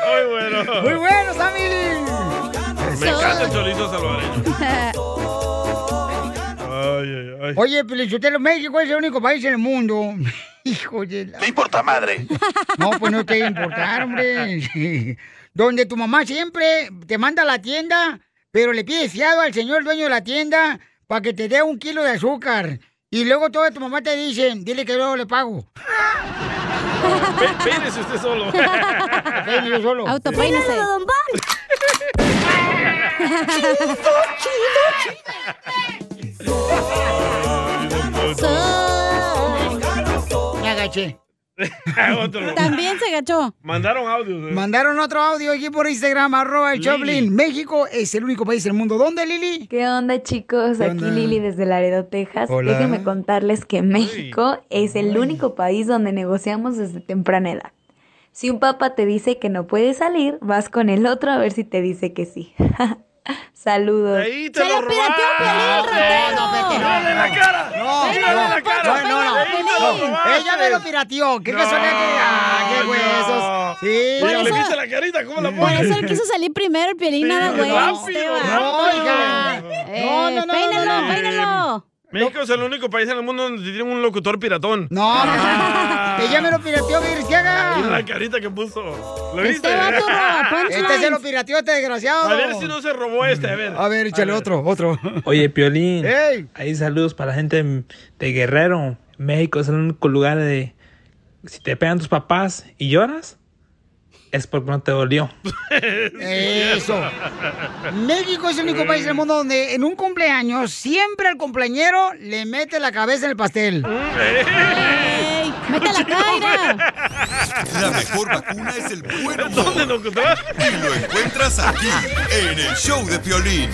Speaker 4: Muy bueno.
Speaker 1: Muy bueno, Sammy.
Speaker 4: Me encanta el chorizo salvadoreño. Ay, ay, ay.
Speaker 1: Oye, Pelichotelo, México es el único país en el mundo. Hijo de la...
Speaker 25: No importa madre.
Speaker 1: No, pues no te debe importar, hombre. Donde tu mamá siempre te manda a la tienda, pero le pides fiado al señor dueño de la tienda para que te dé un kilo de azúcar. Y luego toda tu mamá te dice, dile que luego le pago.
Speaker 4: Peínese usted solo.
Speaker 1: Peínese yo solo. Autopeínese. Me agaché.
Speaker 4: Otro.
Speaker 21: También se agachó.
Speaker 4: Mandaron audios. ¿eh?
Speaker 1: Mandaron otro audio aquí por Instagram, arroba el
Speaker 4: Lili.
Speaker 1: Choplin. México es el único país del mundo. ¿Dónde, Lili?
Speaker 2: ¿Qué onda chicos?
Speaker 1: ¿Qué
Speaker 2: Aquí
Speaker 1: onda?
Speaker 2: Lili desde Laredo, Texas.
Speaker 1: Hola.
Speaker 2: Déjenme contarles que México es el único país donde negociamos desde temprana edad. Si un papá te dice que no puedes salir, vas con el otro a ver si te dice que sí. Saludos.
Speaker 4: ¡Se lo pirateó
Speaker 1: ¡Dale la cara! No,
Speaker 2: Dale
Speaker 1: no, pues,
Speaker 2: la cara.
Speaker 1: No, no,
Speaker 2: Ahí
Speaker 1: no.
Speaker 2: te lo robaste.
Speaker 1: Ella me
Speaker 4: pues!
Speaker 1: lo pirateó. ¿Qué casualidad que... ¡Ah, qué huesos! Sí.
Speaker 4: Mira, le viste la carita, ¿cómo la
Speaker 21: Por
Speaker 4: pones?
Speaker 21: eso él quiso salir primero, el piolín
Speaker 4: Sí,
Speaker 21: era güey.
Speaker 4: rápido,
Speaker 21: Este va.
Speaker 4: rápido.
Speaker 21: Eh,
Speaker 1: No, no, no, no,
Speaker 21: peínalo,
Speaker 1: no, no.
Speaker 21: peínalo.
Speaker 4: México es el único país en el mundo donde tiene un locutor piratón.
Speaker 1: No, Ella me lo pirateó,
Speaker 4: Mira
Speaker 1: Virgiaga.
Speaker 4: la carita que puso. ¿Lo viste?
Speaker 1: Este vato roba punchlines. Este se lo pirateó este desgraciado.
Speaker 4: A ver si no se robó este, a ver.
Speaker 1: A ver, échale otro, otro.
Speaker 11: Oye, Piolín. Hay saludos para la gente de Guerrero. México es el único lugar de... Si te pegan tus papás y lloras, es porque no te dolió.
Speaker 1: Eso. México es el único país del mundo donde en un cumpleaños siempre al cumpleañero le mete la cabeza en el pastel.
Speaker 21: ¡Ey! ¡Mete la caira!
Speaker 5: La mejor vacuna es el buen humor. Y lo encuentras aquí, en el show de Piolín.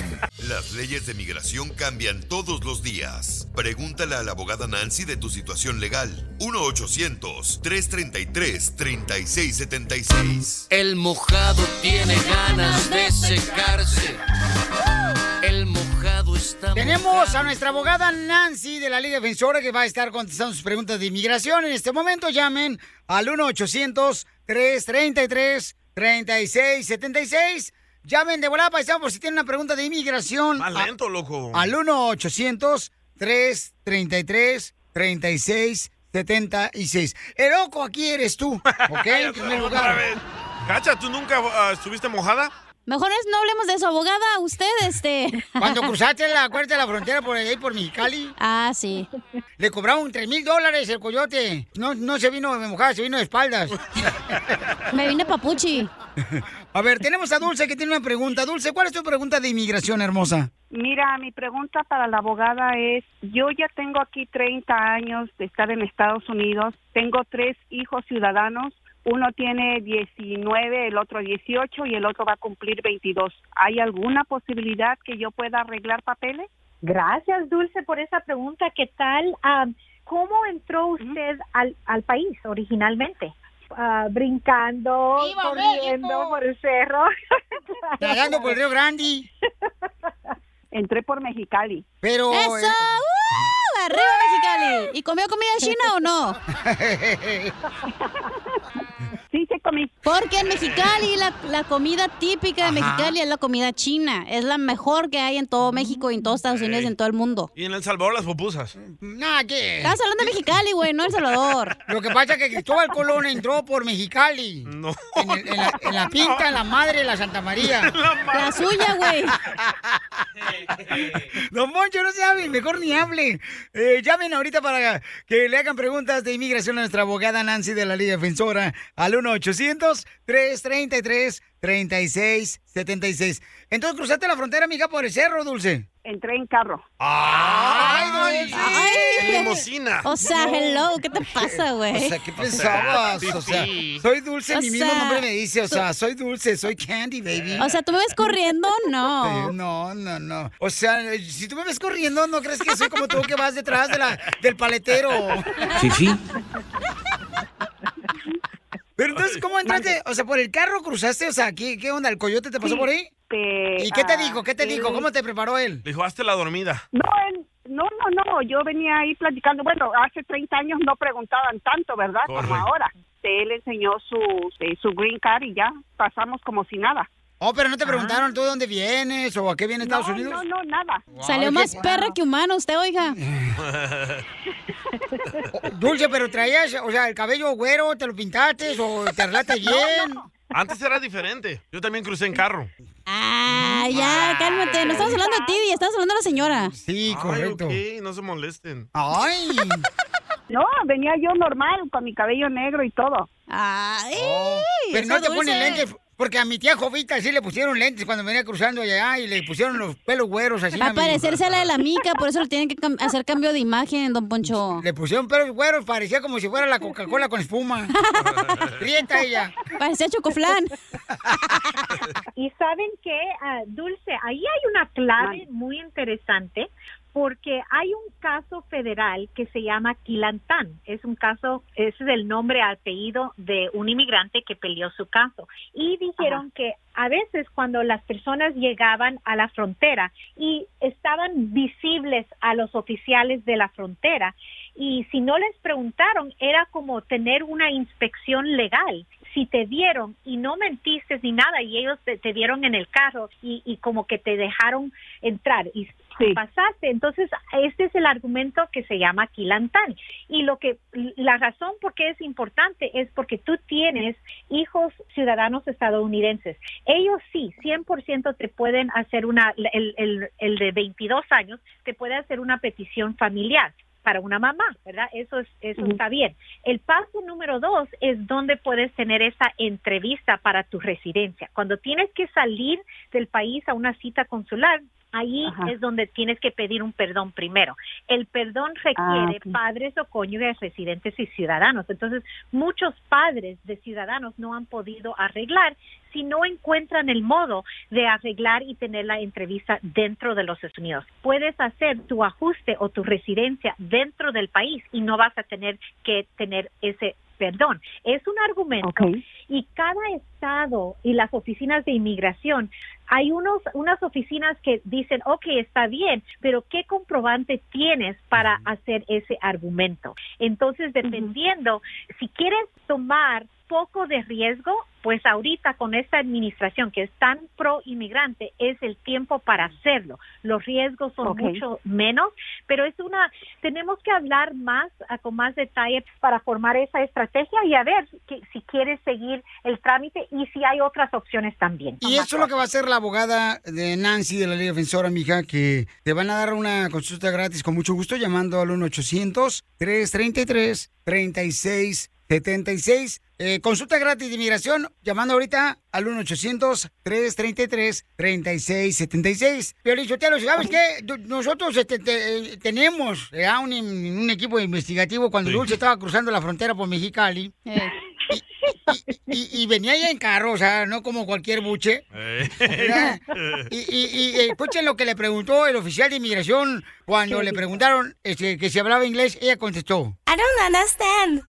Speaker 5: Las leyes de migración cambian todos los días. Pregúntale a la abogada Nancy de tu situación legal. 1-800-333-3676.
Speaker 16: El mojado tiene ganas de secarse. El mojado está.
Speaker 1: Tenemos a nuestra abogada Nancy de la Liga Defensora que va a estar contestando sus preguntas de inmigración. En este momento llamen al 1-800-333-3676. Llamen de volada, paisano, por si tienen una pregunta de inmigración.
Speaker 4: Más
Speaker 1: a-
Speaker 4: lento, loco.
Speaker 1: al 1-800-333-3676. El loco aquí eres tú, ¿ok? En primer
Speaker 4: Otra
Speaker 1: lugar.
Speaker 4: vez. Cacha, ¿tú nunca ah, estuviste mojada?
Speaker 21: Mejor es no hablemos de su abogada, usted, este.
Speaker 1: Cuando cruzaste la puerta de la frontera por ahí, por Mexicali.
Speaker 21: Ah, sí.
Speaker 1: Le cobraron 3 mil dólares el coyote. No, no se vino de mojada, se vino de espaldas.
Speaker 21: Me vine papuchi.
Speaker 1: A ver, tenemos a Dulce que tiene una pregunta. Dulce, ¿cuál es tu pregunta de inmigración, hermosa?
Speaker 14: Mira, mi pregunta para la abogada es, yo ya tengo aquí 30 años de estar en Estados Unidos, tengo tres hijos ciudadanos, uno tiene 19, el otro 18 y el otro va a cumplir 22. ¿Hay alguna posibilidad que yo pueda arreglar papeles?
Speaker 3: Gracias, Dulce, por esa pregunta. ¿Qué tal? Am, ¿Cómo entró usted al, al país originalmente? Ah, brincando,
Speaker 8: ¡Viva
Speaker 3: corriendo
Speaker 8: México!
Speaker 3: por el cerro.
Speaker 1: Nadando por el río Grande.
Speaker 3: Entré por Mexicali.
Speaker 1: Pero...
Speaker 3: ¡Eso!
Speaker 1: eh,
Speaker 2: ¡Uh! ¡Arriba Mexicali! ¿Y comió comida china o no?
Speaker 3: Sí, se comí.
Speaker 2: Porque en Mexicali la, la comida típica de
Speaker 4: Ajá.
Speaker 2: Mexicali es la comida china. Es la mejor que hay en
Speaker 1: Mm,
Speaker 2: todo México, y en todos Estados Unidos, y en todo el mundo.
Speaker 4: Y en El Salvador las pupusas.
Speaker 1: Nah, ¿qué?
Speaker 2: Estás hablando de Mexicali, güey, no El Salvador.
Speaker 1: Lo que pasa es que Cristóbal Colón entró por Mexicali.
Speaker 4: No.
Speaker 1: En, el- en la, en la pinta, en la madre, en la Santa María.
Speaker 2: La suya, güey.
Speaker 1: Don Moncho, no se hable, mejor ni hable. Eh, llamen ahorita para que le hagan preguntas de inmigración a nuestra abogada Nancy de la Liga Defensora al 1-800-333-3676. Entonces cruzaste la frontera, amiga, por el cerro, Dulce.
Speaker 3: Entré en carro.
Speaker 1: ¡Ay, Dulce!
Speaker 4: En limosina.
Speaker 2: O sea, hello, ¿qué te pasa, güey?
Speaker 1: O sea, ¿qué pensabas? O sea, soy dulce,
Speaker 2: O
Speaker 1: mi mismo
Speaker 2: sea,
Speaker 1: nombre me dice. O
Speaker 2: tú-
Speaker 1: sea, soy dulce, soy candy, baby.
Speaker 2: O sea, ¿tú me ves corriendo? No.
Speaker 1: Eh, No, no, no. O sea, eh, si tú me ves corriendo, ¿no crees que soy como tú que vas detrás de la, del paletero?
Speaker 9: Fifi.
Speaker 1: Pero entonces, ¿cómo entraste? O sea, ¿por el carro cruzaste? O sea, ¿qué, qué onda? ¿El coyote te pasó
Speaker 3: Sí,
Speaker 1: por ahí?
Speaker 3: este,
Speaker 1: ¿Y qué te
Speaker 3: ah,
Speaker 1: dijo? ¿Qué te
Speaker 3: sí.
Speaker 1: dijo? ¿Cómo te preparó él?
Speaker 4: Dijo, hazte la dormida.
Speaker 3: No, él- no, no, no, yo venía ahí platicando, bueno, hace 30 años no preguntaban tanto, ¿verdad? Como
Speaker 4: Correcto.
Speaker 3: ahora. Él enseñó su, eh, su green card y ya pasamos como si nada. Ah.
Speaker 1: Oh, pero no te
Speaker 2: Ah.
Speaker 1: preguntaron tú de dónde vienes o a qué viene Estados Unidos.
Speaker 3: No, no, nada.
Speaker 2: Salió más perra que humano usted, oiga.
Speaker 1: Dulce, pero traías, o sea, el cabello güero, te lo pintaste o te arreglaste bien.
Speaker 4: Antes era diferente. Yo también crucé en carro.
Speaker 2: Ah, ya, cálmate. No estamos hablando de ti, estamos hablando de la señora.
Speaker 1: Sí,
Speaker 4: Ay, ok, no se molesten.
Speaker 1: Ay.
Speaker 3: No, venía yo normal, con mi cabello negro y todo.
Speaker 2: Ay,
Speaker 1: Pero no te ponen lentes, porque a mi tía Jovita sí le pusieron lentes cuando venía cruzando allá y le pusieron los pelos güeros así.
Speaker 2: Va a
Speaker 1: amigo.
Speaker 2: parecerse a la de la mica, por eso le tienen que cam- hacer cambio de imagen, don Poncho.
Speaker 1: Le pusieron pelos güeros, parecía como si fuera la Coca-Cola con espuma. Rienta ella.
Speaker 2: Parecía chocoflán.
Speaker 3: Y saben que, Dulce,
Speaker 26: ah, ahí hay una clave muy interesante porque hay un caso federal que se llama Quilantán. Es un caso, ese es el nombre apellido de un inmigrante que peleó su caso. Y dijeron que a veces cuando las personas llegaban a la frontera y estaban visibles a los oficiales de la frontera, y si no les preguntaron, era como tener una inspección legal. Si te vieron y no mentiste ni nada y ellos te, te vieron en el carro y, y como que te dejaron entrar y pasaste, entonces este es el argumento que se llama quilantán. Y lo que la razón por qué es importante es porque tú tienes hijos ciudadanos estadounidenses. Ellos sí, 100% te pueden hacer una, el, el, el de 22 años, te puede hacer una petición familiar para una mamá, ¿verdad? Eso es, eso
Speaker 3: Ujú.
Speaker 26: está bien. El paso número dos es donde puedes tener esa entrevista para tu residencia. Cuando tienes que salir del país a una cita consular, ahí
Speaker 3: Ajá.
Speaker 26: es donde tienes que pedir un perdón primero. El perdón requiere
Speaker 3: ok.
Speaker 26: padres o cónyuges residentes y ciudadanos. Entonces, muchos padres de ciudadanos no han podido arreglar si no encuentran el modo de arreglar y tener la entrevista dentro de los Estados Unidos. Puedes hacer tu ajuste o tu residencia dentro del país y no vas a tener que tener ese perdón. Es un argumento y cada estado y las oficinas de inmigración hay unos unas oficinas que dicen, ok, está bien, pero ¿qué comprobante tienes para hacer ese argumento? Entonces, dependiendo, si quieres tomar poco de riesgo, pues ahorita con esta administración que es tan pro inmigrante es el tiempo para hacerlo. Los riesgos son
Speaker 3: Ok.
Speaker 26: mucho menos, pero es una tenemos que hablar más ah, con más detalle para formar esa estrategia y a ver que- si quieres seguir el trámite y si hay otras opciones también.
Speaker 1: Y eso es lo que va a hacer la abogada de Nancy de la Liga Defensora, mija, que te van a dar una consulta gratis con mucho gusto llamando al 1-800-333-3676. Eh, consulta gratis de inmigración llamando ahorita al 1-800-333-3676. Piolín Sotelo, ¿sabes qué? Du- Nosotros este, te- eh, tenemos eh, un, un equipo investigativo cuando Dulce estaba cruzando la frontera por Mexicali. Y, y venía ya en carro, o sea, no como cualquier buche. Mira, Y, y- y escuchen lo que le preguntó el oficial de inmigración cuando le preguntaron este, que si hablaba inglés, ella contestó.
Speaker 8: I don't understand.